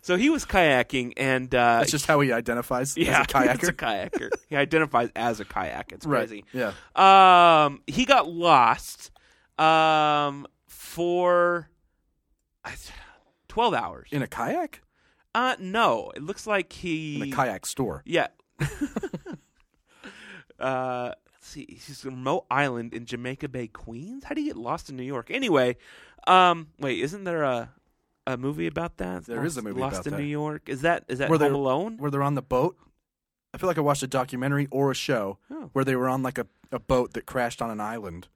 so he was kayaking, and uh,
That's just how he identifies
yeah,
as a kayaker.
it's a kayaker. he identifies as a kayak. It's
Right,
crazy.
yeah.
Um, he got lost. Um, for I- twelve hours
in a kayak.
Uh, no. It looks like he
In a kayak store.
Yeah. uh, let's see. He's a remote island in Jamaica Bay, Queens. How do you get lost in New York? Anyway, um, wait, isn't there a a movie about that?
There
lost,
is a movie
Lost
about
in
that.
New York. Is that is that
where
Home
they're
Alone?
Where they're on the boat. I feel like I watched a documentary or a show
Oh.
where they were on like a, a boat that crashed on an island,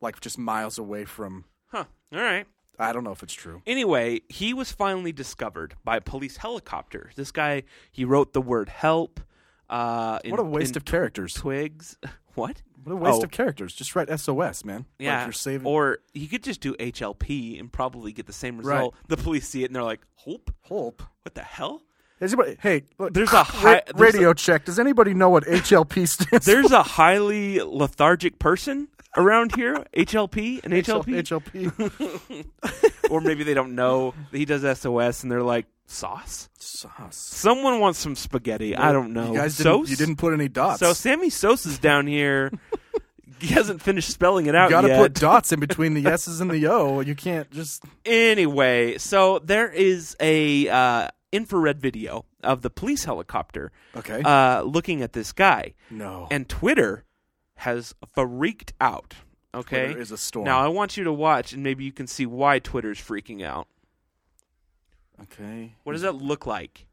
like just miles away from.
Huh. All right.
I don't know if it's true.
Anyway, he was finally discovered by a police helicopter. This guy, he wrote the word help. Uh, in-
What a waste
in
of characters.
Twigs. What?
What a waste
Oh.
of characters. Just write SOS, man.
Yeah,
Like you're saving.
or he could just do HLP and probably get the same result. The police see it and they're like, "Hope,
hope,
what the hell?"
Is anybody- hey, look,
There's a hi- there's
radio check. Does anybody know what HLP stands
There's a highly lethargic person around here. HLP and HLP,
HLP.
or maybe they don't know that he does SOS and they're like, "Sauce."
Sauce.
Someone wants some spaghetti. I don't know.
You guys didn't,
Sauce?
you didn't put any dots.
So Sammy Sosa's down here. he hasn't finished spelling it out
you got to
yet.
put dots in between the S's and the O. You can't just.
anyway, so there is a uh, infrared video of the police helicopter.
Okay. Oh.
Uh, looking at this guy.
No.
And Twitter has freaked out. Okay.
Twitter is a storm.
Now I want you to watch, and maybe you can see why Twitter's freaking out.
Okay.
What does that look like?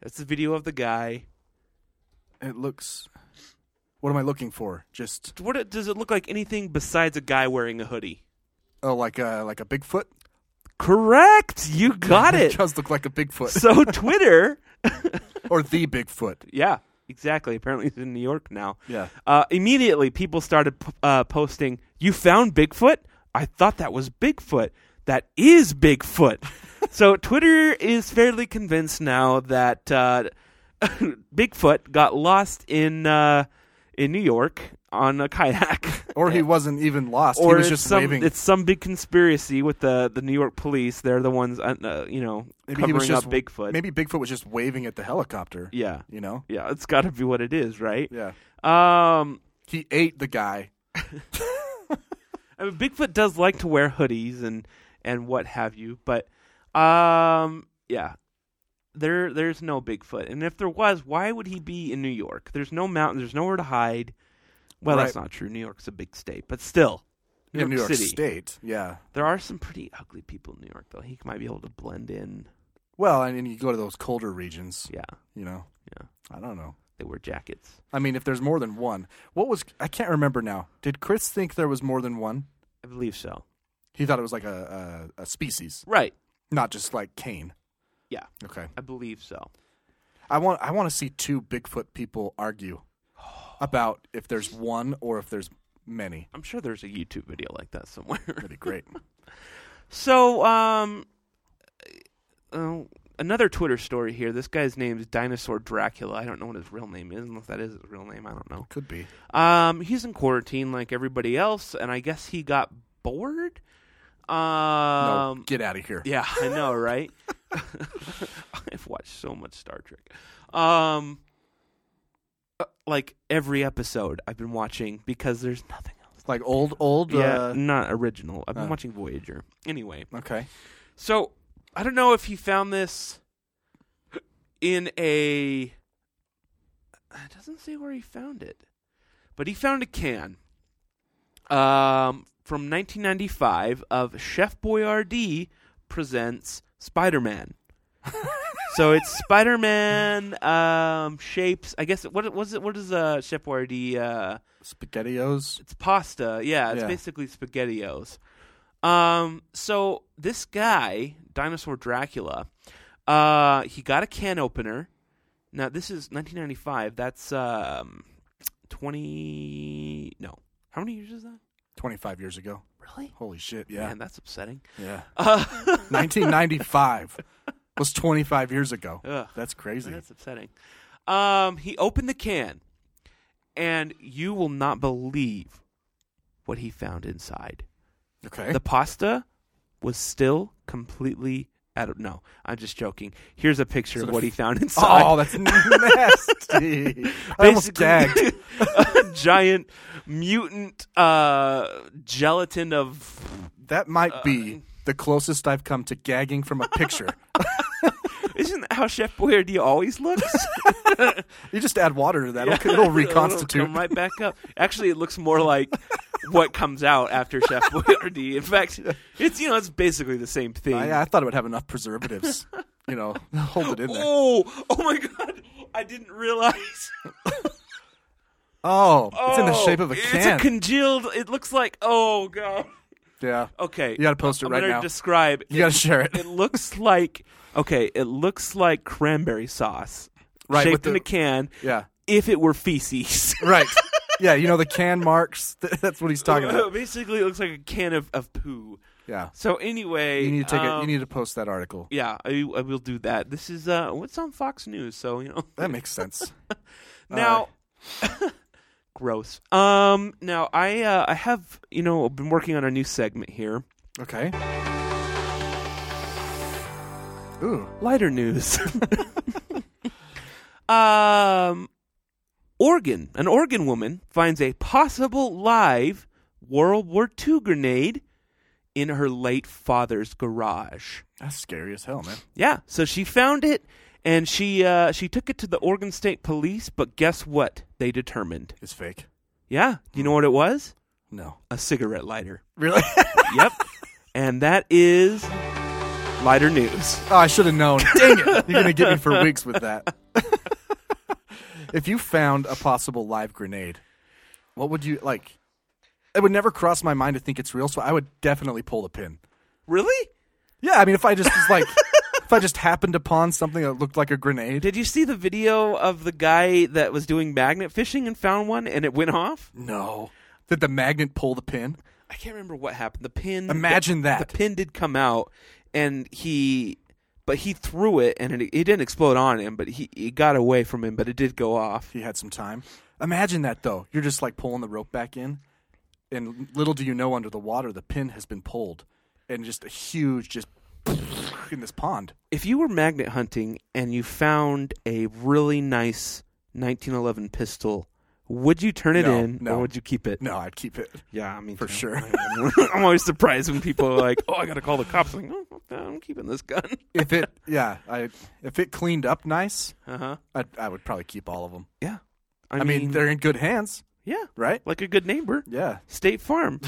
That's the video of the guy.
It looks. What am I looking for? Just
What it- does it look like? Anything besides a guy wearing a hoodie?
oh, like a like a Bigfoot.
Correct. You got it.
It does look like a Bigfoot.
So Twitter
or the Bigfoot.
Yeah, exactly. Apparently, he's in New York now.
Yeah.
Uh, immediately, people started p- uh, posting, "You found Bigfoot? I thought that was Bigfoot. That is Bigfoot." so Twitter is fairly convinced now that uh, Bigfoot got lost in uh, in New York on a kayak.
Or he wasn't even lost.
Or
he was
it's
just
some
waving.
it's some big conspiracy with the, the New York police. They're the ones, uh, uh, you know,
maybe
covering
he was just
up Bigfoot.
Maybe Bigfoot was just waving at the helicopter.
Yeah.
You know.
Yeah, it's got to be what it is, right?
Yeah.
Um,
He ate the guy.
I mean, Bigfoot does like to wear hoodies and and what have you, but um, yeah, there there's no Bigfoot, and if there was, why would he be in New York? There's no mountain. There's nowhere to hide. Well, that's
Right.
not true. New York's a big state, but still, New
Yeah,
York
New York
City.
State, yeah.
there are some pretty ugly people in New York, though. He might be able to blend in.
Well, I mean, you go to those colder regions.
Yeah.
You know?
Yeah.
I don't know.
They wear jackets.
I mean, if there's more than one. What was. I can't remember now. Did Chris think there was more than one?
I believe so.
He thought it was like a, a, a species.
Right.
Not just like Kane.
Yeah.
Okay.
I believe so.
I want I want to see two Bigfoot people argue about if there's one or if there's many.
I'm sure there's a YouTube video like that somewhere. That'd
be great.
So, um, uh, another Twitter story here. This guy's name is Dinosaur Dracula. I don't know what his real name is, unless that is his real name. I don't know.
Could be.
Um, he's in quarantine like everybody else, and I guess he got bored. Um,
no, get out of here.
Yeah, I know, right? I've watched so much Star Trek. Um, uh, like every episode I've been watching because there's nothing else.
Like old, old.
Yeah,
uh,
not original. I've been
uh.
watching Voyager. Anyway,
Okay.
so I don't know if he found this in a. It doesn't say where he found it, but he found a can um, from 1995 of Chef Boyardee presents Spider-Man. so it's Spider-Man um, shapes. I guess what was it? What is uh, Chef Boyardee? Uh,
Spaghettios.
It's pasta. Yeah, it's
Yeah.
basically Spaghettios. Um, so this guy, Dinosaur Dracula, uh, he got a can opener. Now this is 1995. That's um, 20. No, how many years is that?
25 years ago.
Really?
Holy shit, yeah.
Man, that's upsetting.
Yeah.
Uh,
1995 was 25 years ago.
Ugh.
That's crazy.
That's upsetting. Um, he opened the can, and you will not believe what he found inside.
Okay.
The pasta was still completely out of. No, I'm just joking. Here's a picture
So
of
the
what he
f-
found inside.
Oh, that's nasty. I almost gagged.
a giant mutant uh, gelatin of.
That might
Uh,
be the closest I've come to gagging from a picture.
Isn't that how Chef Boyardee always looks?
you just add water to that.
Yeah.
It'll, it'll
It'll
reconstitute.
come right back up. Actually, it looks more like what comes out after Chef Boyardee. In fact, it's you know it's basically the same thing.
I, I thought it would have enough preservatives. you know, hold it in there.
oh, oh my god! I didn't realize.
Oh, it's in the
Oh,
shape of a can.
It's a congealed. It looks like oh god.
yeah.
Okay,
You got to post it
I'm
right
gonna
now.
Describe.
You gotta share it.
It looks like okay. It looks like cranberry sauce,
Right, with
Shaped in
the-
a can.
Yeah.
If it were feces,
right. Yeah, you know the can marks. Th- That's what he's talking about.
Basically, it looks like a can of, of poo.
Yeah.
So anyway,
You need to take it.
um,
You need to post that article.
Yeah, I, I will do that. This is uh, what's on Fox News, so you know
That makes sense.
now, gross. Um, now I uh, I have you know been working on a new segment here.
Okay. Ooh.
Lighter news. um, Oregon. An Oregon woman finds a possible live World War II grenade in her late father's garage.
That's scary as hell, man.
Yeah, so she found it and she uh, she took it to the Oregon State Police, but guess what? They determined
it's fake.
Yeah, do you know what it was?
No,
a cigarette lighter.
Really?
yep. And that is lighter news.
Oh, I should have known. Dang it! You're gonna get me for weeks with that. if you found a possible live grenade, what would you like? It would never cross my mind to think it's real, so I would definitely pull the pin.
Really?
Yeah, I mean, if I just was like, if I just happened upon something that looked like a grenade.
Did you see the video of the guy that was doing magnet fishing and found one and it went off?
No. Did the magnet pull the pin?
I can't remember what happened. The pin.
Imagine
the-
that.
the pin did come out, and he, but he threw it, and it, it didn't explode on him, but he it got away from him, but it did go off.
He had some time. Imagine that though. You're just like pulling the rope back in, and little do you know, under the water, the pin has been pulled, and just a huge just in this pond.
If you were magnet hunting and you found a really nice 1911 pistol, would you turn it
No,
in
no.
or would you keep it?
No, I'd keep it.
Yeah, I mean
for sure.
I'm always surprised when people are like, "Oh, I got to call the cops." I'm like, "Oh, no, I'm keeping this gun.
if it yeah, I if it cleaned up nice,
uh-huh.
I I would probably keep all of them.
Yeah.
I, mean, they're in good hands,
yeah,
right?
like a good neighbor.
Yeah.
State Farm.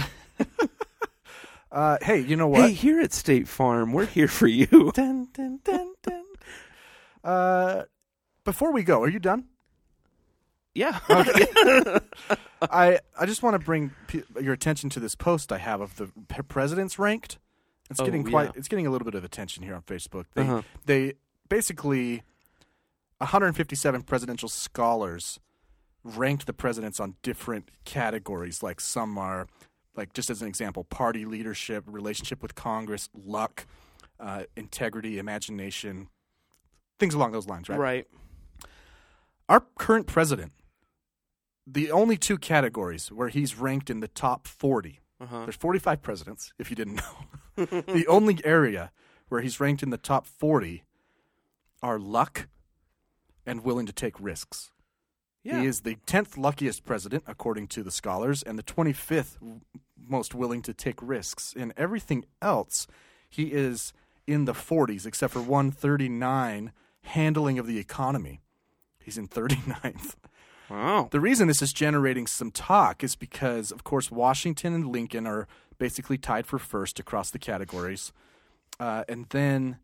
Uh, hey, you know what?
Hey, here at State Farm, we're here for you.
Dun, dun, dun, dun. Uh, before we go, are you done?
Yeah.
I I just want to bring pe- your attention to this post I have of the p- presidents ranked. It's
Oh,
getting quite.
yeah.
It's getting a little bit of attention here on Facebook. They
Uh-huh.
they basically 157 presidential scholars ranked the presidents on different categories. Like some are, like just as an example, party leadership, relationship with Congress, luck, uh, integrity, imagination, things along those lines. Right.
Right.
Our current president, the only two categories where he's ranked in the top 40,
Uh-huh.
there's 45 presidents, if you didn't know. the only area where he's ranked in the top 40 are luck and willing to take risks.
Yeah.
He is the 10th luckiest president, according to the scholars, and the 25th w- most willing to take risks. In everything else, he is in the 40s, except for 139 handling of the economy. He's in 39th.
Wow.
The reason this is generating some talk is because, of course, Washington and Lincoln are basically tied for first across the categories. Uh, and then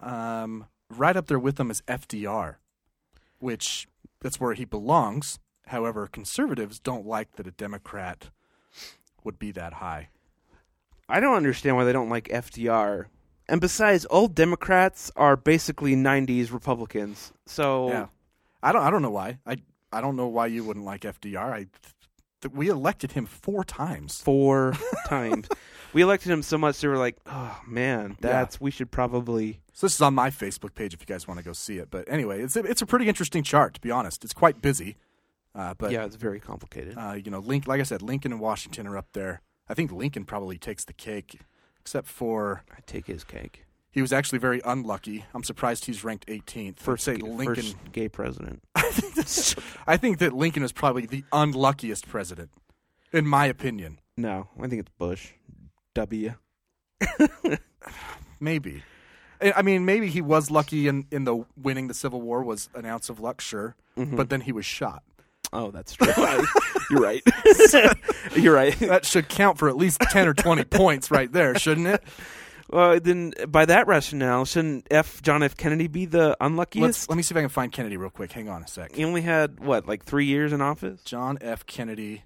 um, right up there with them is FDR, which that's where he belongs. However, conservatives don't like that a Democrat would be that high.
I don't understand why they don't like FDR. And besides, all Democrats are basically '90s Republicans. So
Yeah. I don't I don't know why. I I don't know why you wouldn't like FDR. I th- we elected him four times.
four times we elected him so much they were like, "Oh man, that's we should probably."
So this is on my Facebook page if you guys want to go see it. But anyway, it's a, it's a pretty interesting chart to be honest. It's quite busy, uh, but
yeah, it's very complicated.
uh, you know, Link, like I said, Lincoln and Washington are up there. I think Lincoln probably takes the cake, except for
I take his cake.
he was actually very unlucky. I'm surprised he's ranked 18th. I'd
First,
say
ga-
Lincoln.
first gay president.
I think that Lincoln is probably the unluckiest president, in my opinion.
No, I think it's Bush. W.
Maybe. I I mean, maybe he was lucky in, in the winning the Civil War was an ounce of luck, sure,
Mhm.
but then he was shot.
Oh, that's true. You're right. You're right.
that should count for at least 10 or 20 points right there, shouldn't it?
Well, then by that rationale, shouldn't F. John F. Kennedy be the
Let's,
unluckiest?
let me see if I can find Kennedy real quick. Hang on a sec.
he only had what, like three years in office?
John F. Kennedy,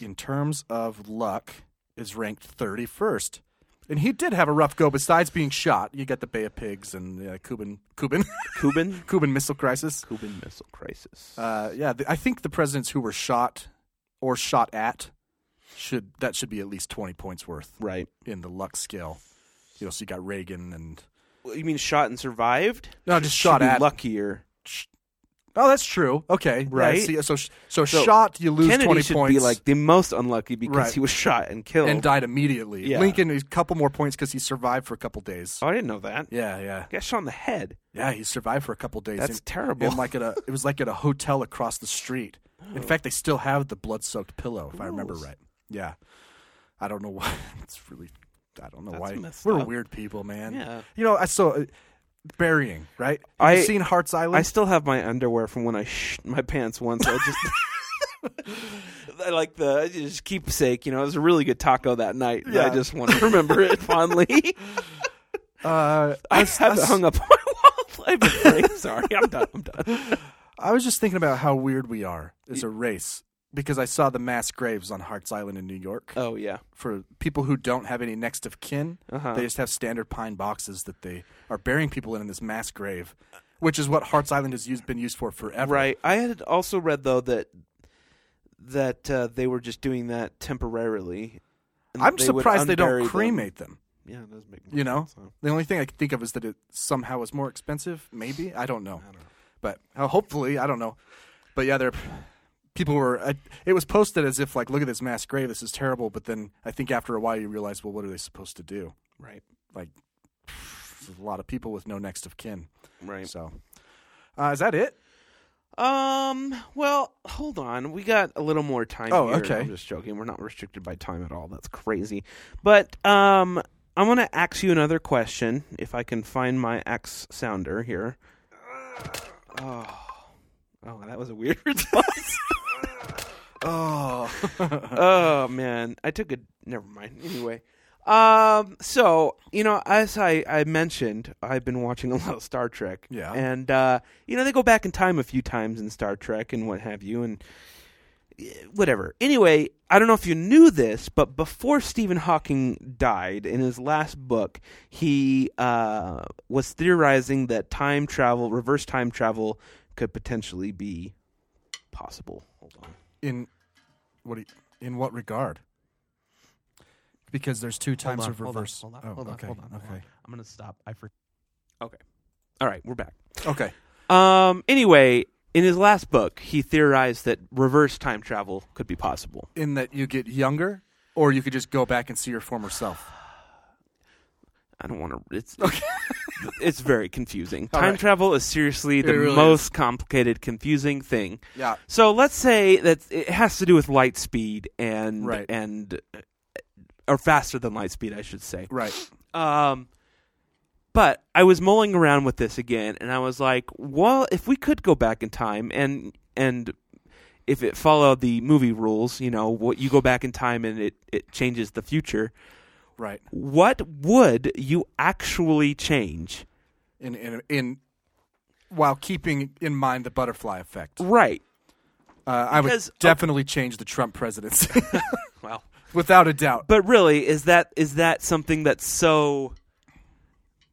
in terms of luck, is ranked 31st. And he did have a rough go besides being shot. You got the Bay of Pigs and the uh, Cuban Cuban
Cuban
Cuban Missile Crisis.
Cuban Missile Crisis.
Uh, yeah, the, I think the presidents who were shot or shot at should that should be at least 20 points worth
Right.
in the luck scale. You know, so you got Reagan and
You mean shot and survived?
No,
Should-
just shot
should be
at.
Luckier.
Oh, that's true. Okay, yeah,
Right.
see, so, sh- so
So
shot, you lose
Kennedy
twenty
should
points,
be like the most unlucky because
Right.
he was shot and killed.
and died immediately.
Yeah.
Lincoln is a couple more points because he survived for a couple days.
oh, I didn't know that.
Yeah, yeah,
Got shot in the head.
yeah. He survived for a couple days.
That's
in-
terrible.
in like at a, it was like at a hotel across the street. In fact, they still have the blood-soaked pillow, if I remember
Gross.
right. Yeah, I don't know why. It's really, I don't know
That's
why.
messed
We're
up.
weird people, man.
Yeah.
You know, I saw uh, burying. Right? Have
I-
you seen Hearts Island?
I still have my underwear from when I sh- my pants once. I just I like the I just keepsake. You know, it was a really good taco that night. and I
Yeah.
just want to remember it fondly.
uh,
I
s-
have it
s-
hung up on my wall. I've been afraid. Sorry, I'm done. I'm done.
I was just thinking about how weird we are as a race because I saw the mass graves on Hearts Island in New York.
Oh yeah,
For people who don't have any next of kin,
Uh-huh.
they just have standard pine boxes that they are burying people in in this mass grave, which is what Hearts Island has used, been used for forever.
right. I had also read though that that uh, they were just doing that temporarily. and
I'm
they would
surprised they
unbury
don't
them.
cremate them.
Yeah, it does make more
You know,
sense, huh?
the only thing I can think of is that it somehow is more expensive. Maybe I don't know, but uh, hopefully I don't know. But yeah, there people were. Uh, it was posted as if like, look at this mass grave. This is terrible. But then I think after a while you realize, well, what are they supposed to do?
Right.
Like there's a lot of people with no next of kin.
Right.
So uh, is that it?
Um. Well, hold on. We got a little more time.
Oh,
here.
okay.
I'm just joking. We're not restricted by time at all. That's crazy. But um, I'm gonna ax you another question if I can find my ax sounder here. Oh, oh, that was a weird response. oh, oh man, I took a. Never mind. Anyway, um, so you know, as I I mentioned, I've been watching a lot of Star Trek.
Yeah.
and uh, you know they go back in time a few times in Star Trek and what have you, and eh, whatever. Anyway, I don't know if you knew this, but before Stephen Hawking died, in his last book, he uh, was theorizing that time travel, reverse time travel, could potentially be possible. Hold on.
In what? do you- in what regard? Because there's two
Hold
times
on,
of
hold on,
reverse.
Hold on,
oh,
hold on,
okay,
hold on, hold on.
okay.
I'm gonna stop. I for. Okay. All right, we're back.
Okay.
Um. Anyway, in his last book, he theorized that reverse time travel could be possible.
In that you get younger, or you could just go back and see your former self.
I don't want to. It's it's very confusing.
All
Time
right.
travel is seriously the
It really
most
is.
complicated, confusing thing.
Yeah.
So let's say that it has to do with light speed and
Right.
and or faster than light speed, I should say.
Right.
Um, but I was mulling around with this again, and I was like, well, if we could go back in time and and if it followed the movie rules, you know, what you go back in time and it it changes the future.
Right.
What would you actually change?
In in in while keeping in mind the butterfly effect.
Right.
Uh, I
Because-
would definitely change the Trump presidency.
Well,
without a doubt.
But really, is that is that something that's so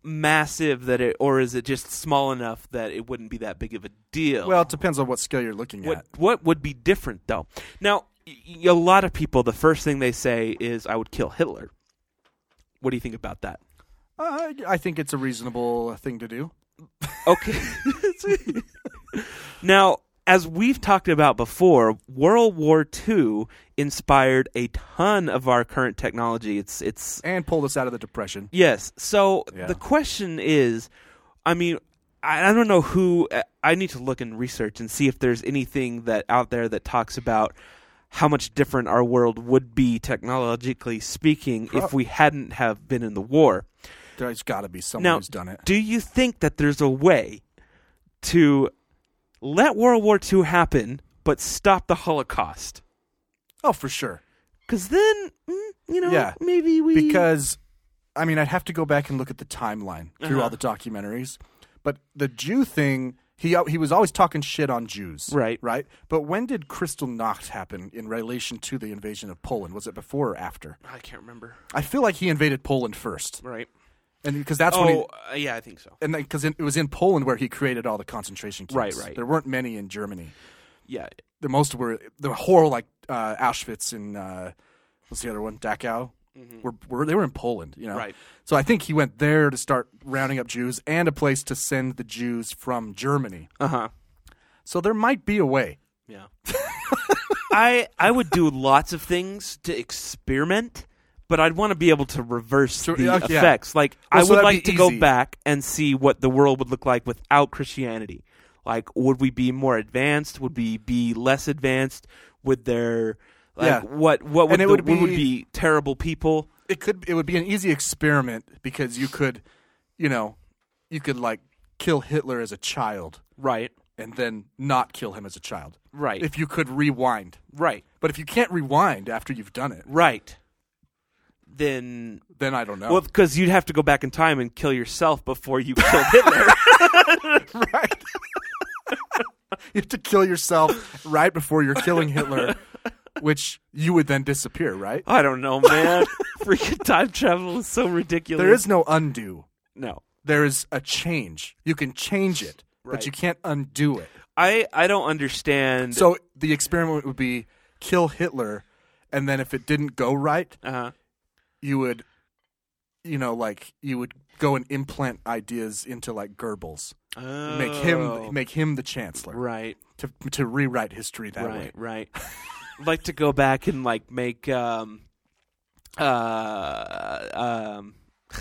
massive that it, or is it just small enough that it wouldn't be that big of a deal?
Well, it depends on what scale you're looking
what
at.
what would be different though? Now, y- y- a lot of people, the first thing they say is, "I would kill Hitler." What do you think about that?
Uh, I think it's a reasonable thing to do.
Okay. Now, as we've talked about before, World War II inspired a ton of our current technology. It's it's
and pulled us out of the depression.
Yes. So
Yeah.
the question is, I mean, I, I don't know who. I- I need to look and research and see if there's anything that out there that talks about how much different our world would be technologically speaking
Prob-
if we hadn't have been in the war.
There's got to be someone
now,
who's done it.
Do you think that there's a way to let World War II happen but stop the Holocaust?
Oh, for sure.
Because then, mm, you know,
yeah,
maybe we
because I mean I'd have to go back and look at the timeline through
Uh-huh.
all the documentaries, but the Jew thing he he was always talking shit on Jews,
Right.
Right. But when did Kristallnacht happen in relation to the invasion of Poland? Was it before or after?
I can't remember.
I feel like he invaded Poland first,
Right.
and because that's
oh,
when he,
uh, yeah, I think so.
and because it was in Poland where he created all the concentration camps.
Right, right.
There weren't many in Germany.
Yeah.
the most were the horror like uh, Auschwitz and uh, what's the other one? Dachau. Were, were they were in Poland, you know?
Mm-hmm. Right.
So I think he went there to start rounding up Jews and a place to send the Jews from Germany.
Uh huh.
So there might be a way.
Yeah. I I would do lots of things to experiment, but I'd want to be able to reverse the
yeah, yeah.
effects. Like
Well,
I
so
would
that'd
like to
be
go
easy.
back and see what the world would look like without Christianity. Like would we be more advanced? Would we be less advanced? Would there like
Yeah.
what what
And
would
it
the-
would
what would
be-
be terrible people?
It could it would be an easy experiment because you could, you know, you could like kill Hitler as a child
Right.
and then not kill him as a child.
Right.
If you could rewind.
Right.
But if you can't rewind after you've done it,
Right. Then
then I don't know.
Well, because you'd have to go back in time and kill yourself before you killed Hitler.
you have to kill yourself right before you're killing Hitler, which you would then disappear, right?
I don't know, man. Freaking time travel is so ridiculous.
There is no undo.
No.
There is a change. You can change it,
Right.
but you can't undo it.
I I don't understand.
So the experiment would be kill Hitler, and then if it didn't go right,
uh-huh.
you would, you know, like you would go and implant ideas into like Goebbels, make
Oh.
him make him the chancellor,
right,
to to rewrite history that way.
right, right. I'd like to go back and like make um uh um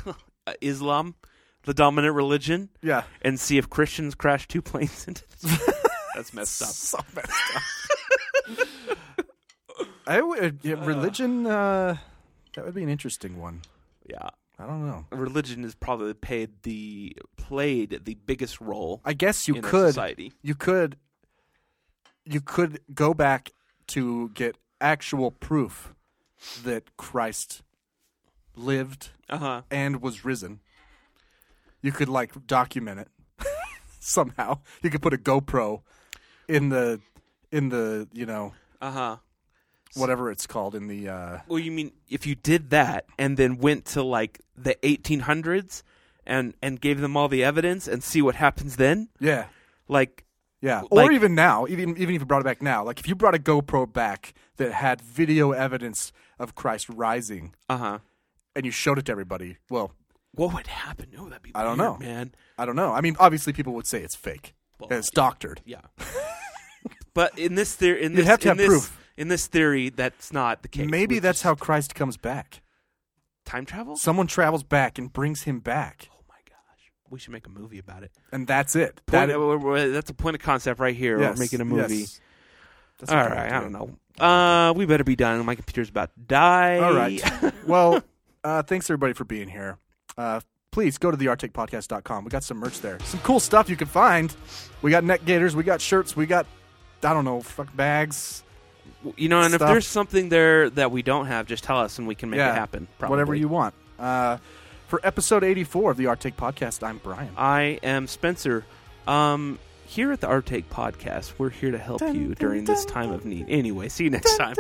Islam the dominant religion.
Yeah.
and see if Christians crash two planes into. The- That's messed up.
So messed
Uh.
uh, I would, yeah, religion. Uh, that would be an interesting one.
Yeah.
I don't know.
Religion has probably played the played the biggest role.
I guess you
in our
could.
society.
You could. You could go back to get actual proof that Christ lived
Uh-huh.
and was risen. You could like document it somehow. You could put a GoPro in the in the you know
Uh huh.
whatever it's called in the uh,
Well, you mean if you did that and then went to like the 1800s and and gave them all the evidence and see what happens then?
Yeah.
Like
Yeah, or
like-
even now, even even if you brought it back now, like if you brought a GoPro back that had video evidence of Christ rising,
uh huh,
and you showed it to everybody, well,
what would happen? No, that'd be
I don't know,
weird, man.
I don't know. I mean, obviously, people would say it's fake, and it's doctored.
Yeah. But in this theory, in
You'd
this,
have to
in
have
this,
proof.
In this theory, that's not the case.
Maybe
With
that's how Christ comes back.
time travel. Oh
Someone travels back and brings him back,
we should make a movie about it.
and that's it. That-
Point- w- w- that's a point of concept right here.
Yes,
we're making a
yes.
movie.
That's
All
what I'm
right,
doing.
I don't know. Uh, we better be done. My computer's about to die.
All right. well, uh, thanks everybody for being here. Uh, please go to thearcticpodcast.com. We got some merch there. Some cool stuff you can find. We got neck gaiters, we got shirts, we got I don't know, fuck bags.
you know, and
stuff.
if there's something there that we don't have, just tell us and we can make
Yeah,
it happen. Probably.
Whatever you want. Uh, for episode 84 of the Arctic Podcast, I'm Brian.
I am Spencer. Um, here at the Our Take Podcast, we're here to help you during this time of need. Anyway, see you next time.